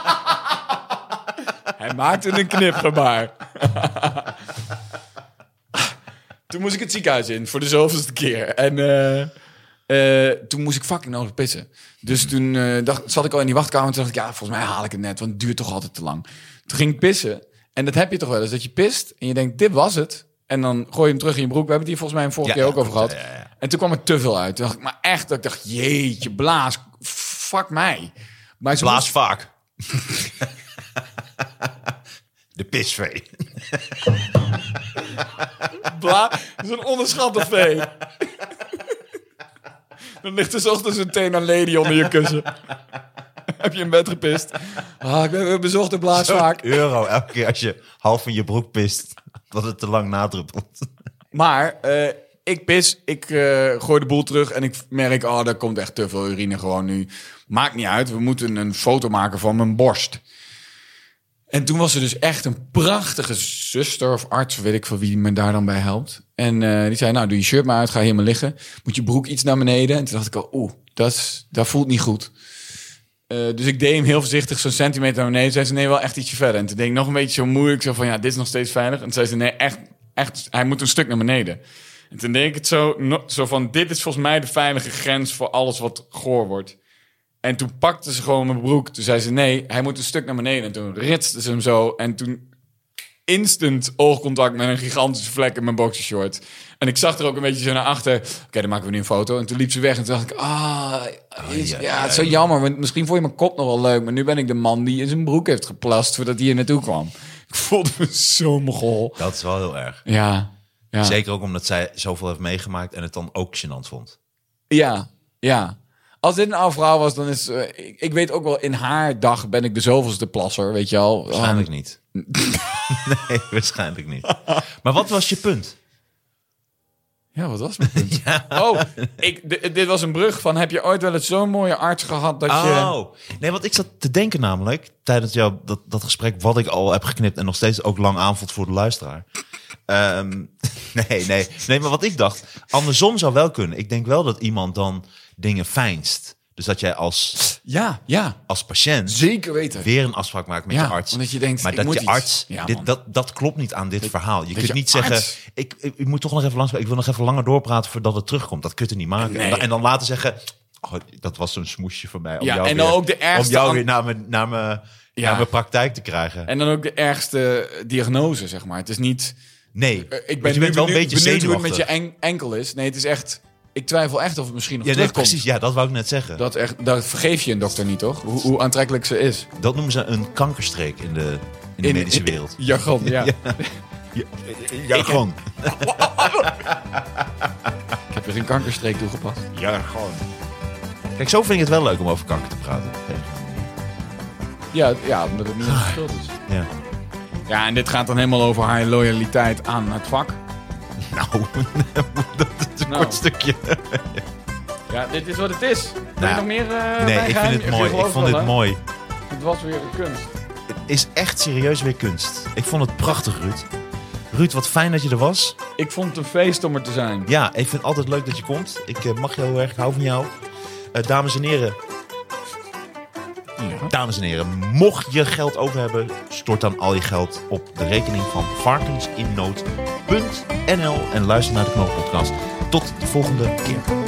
(laughs) Hij maakte een knipgebaar. (laughs) toen moest ik het ziekenhuis in. Voor de zoveelste keer. En... eh, eh, toen moest ik fucking nodig pissen. Dus toen eh, dacht, zat ik al in die wachtkamer. Toen dacht ik, ja, volgens mij haal ik het net. Want het duurt toch altijd te lang. Toen ging ik pissen. En dat heb je toch wel eens. Dat je pist en je denkt, dit was het. En dan gooi je hem terug in je broek. We hebben het hier volgens mij een vorige
Ja,
keer ook
ja,
over gehad.
ja, ja, ja.
En toen kwam er te veel uit. Toen dacht ik, maar echt. Dat ik dacht, jeetje, blaas. Fuck mij. Maar ze
Blaas vaak. (laughs) De pisvee.
(laughs) Bla, dat is een onderschatte vee. Dan ligt er 's ochtends een tena lady onder je kussen. (laughs) Heb je in bed gepist? Ah, ik ben weer bezocht door blaas vaak.
euro elke keer als je half in je broek pist. Dat het te lang nadruppelt.
Maar eh, ik pis, ik eh, gooi de boel terug en ik merk, oh, daar komt echt te veel urine gewoon nu. Maakt niet uit, we moeten een foto maken van mijn borst. En toen was er dus echt een prachtige zuster of arts, weet ik van wie me daar dan bij helpt. En eh, die zei, nou, doe je shirt maar uit, ga helemaal liggen. Moet je broek iets naar beneden? En toen dacht ik al, oeh, dat, is- dat voelt niet goed. Eh, dus ik deed hem heel voorzichtig zo'n centimeter naar beneden. Zei ze, nee, wel echt ietsje verder. En toen deed ik nog een beetje zo moeilijk, zo van, ja, dit is nog steeds veilig. En toen zei ze, nee, echt, echt, hij moet een stuk naar beneden. En toen deed ik het zo, no- zo van, dit is volgens mij de veilige grens voor alles wat goor wordt. En toen pakte ze gewoon mijn broek. Toen zei ze, nee, hij moet een stuk naar beneden. En toen ritste ze hem zo. En toen instant oogcontact met een gigantische vlek in mijn boxershort. En ik zag er ook een beetje zo naar achter. Oké, dan maken we nu een foto. En toen liep ze weg en toen dacht ik, ah, is-
ja,
ja, het is zo jammer. Want misschien vond je mijn kop nog wel leuk. Maar nu ben ik de man die in zijn broek heeft geplast voordat hij hier naartoe kwam. Ik voelde me zo mogol.
Dat is wel heel erg.
Ja, ja.
Zeker ook omdat zij zoveel heeft meegemaakt en het dan ook gênant vond.
Ja, ja. Als dit een oude vrouw was, dan is... eh, ik, ik weet ook wel, in haar dag ben ik de zoveelste plasser, weet je Oh, al.
Waarschijnlijk niet. (laughs) nee, waarschijnlijk niet. Maar wat was je punt?
Ja, wat was mijn
(laughs)
punt? Oh, ik, di- dit was een brug van... Heb je ooit wel eens zo'n mooie arts gehad dat je...
Oh, nee, want ik zat te denken namelijk tijdens jou, dat, dat gesprek wat ik al heb geknipt en nog steeds ook lang aanvoelt voor de luisteraar. Ehm, (laughs) nee, nee, nee, maar wat ik dacht, andersom zou wel kunnen. Ik denk wel dat iemand dan dingen fijnst. Dus dat jij als,
Ja, ja.
als patiënt
Zeker weten.
weer een afspraak maakt met
Ja,
je arts.
omdat je denkt,
maar
ik
dat
moet
je
iets.
arts,
Ja, man.
dit, dat, dat klopt niet aan dit verhaal. Je kunt
je
niet
arts-
zeggen, ik, ik, ik moet toch nog even langs, ik wil nog even langer doorpraten voordat het terugkomt. Dat kun je niet maken. En, dan, en dan later zeggen, oh, dat was zo'n smoesje voor mij. Om
Ja,
jou
en dan
weer,
ook de ergste
Om jou
an-
weer naar mijn, naar mijn,
Ja.
naar mijn praktijk te krijgen.
En dan ook de ergste diagnose, zeg maar. Het is niet...
nee,
eh,
want
ik ben
je
nu
bent wel een
benieuwd-
beetje
benieuwd hoe het
zenuwachtig.
met je en- enkel is. Nee, het is echt... Ik twijfel echt of het misschien nog
ja, nee,
terugkomt.
precies. Ja, dat wou ik net zeggen. Dat,
Dat, echt, dat vergeef je een dokter niet, toch? Hoe, hoe aantrekkelijk ze is.
noemen ze een kankerstreek in de, in de
In-
medische
in-
wereld.
Jargon,
(laughs)
ja.
Jargon.
Ik heb weer een kankerstreek toegepast.
Jargon. Kijk, zo vind ik het wel leuk om over kanker te praten.
Ja, ja omdat het niet een verschil is.
Ah, Ja.
Ja, en dit gaat dan helemaal over haar loyaliteit aan het vak.
Nou, (laughs) dat is een
Nou.
kort stukje.
Ja, dit is wat het is. Wil je
Nou,
nog meer eh,
nee, ik
bijgaan?
vind het
Je
mooi. Ik
gelooft
vond
wel,
dit
hè?
mooi.
Het was weer een kunst.
is echt serieus weer kunst. Ik vond het prachtig, Ruud. Ruud, wat fijn dat je er was.
Ik vond het een feest om er te zijn.
Ehm, Ja, ik vind het altijd leuk dat je komt. Ik eh, mag jou heel erg, ik hou van jou. Eh, dames en heren. Dames en heren, mocht je geld over hebben, stort dan al je geld op de rekening van varkensinnood.nl en luister naar de Knoop Podcast. Tot de volgende keer.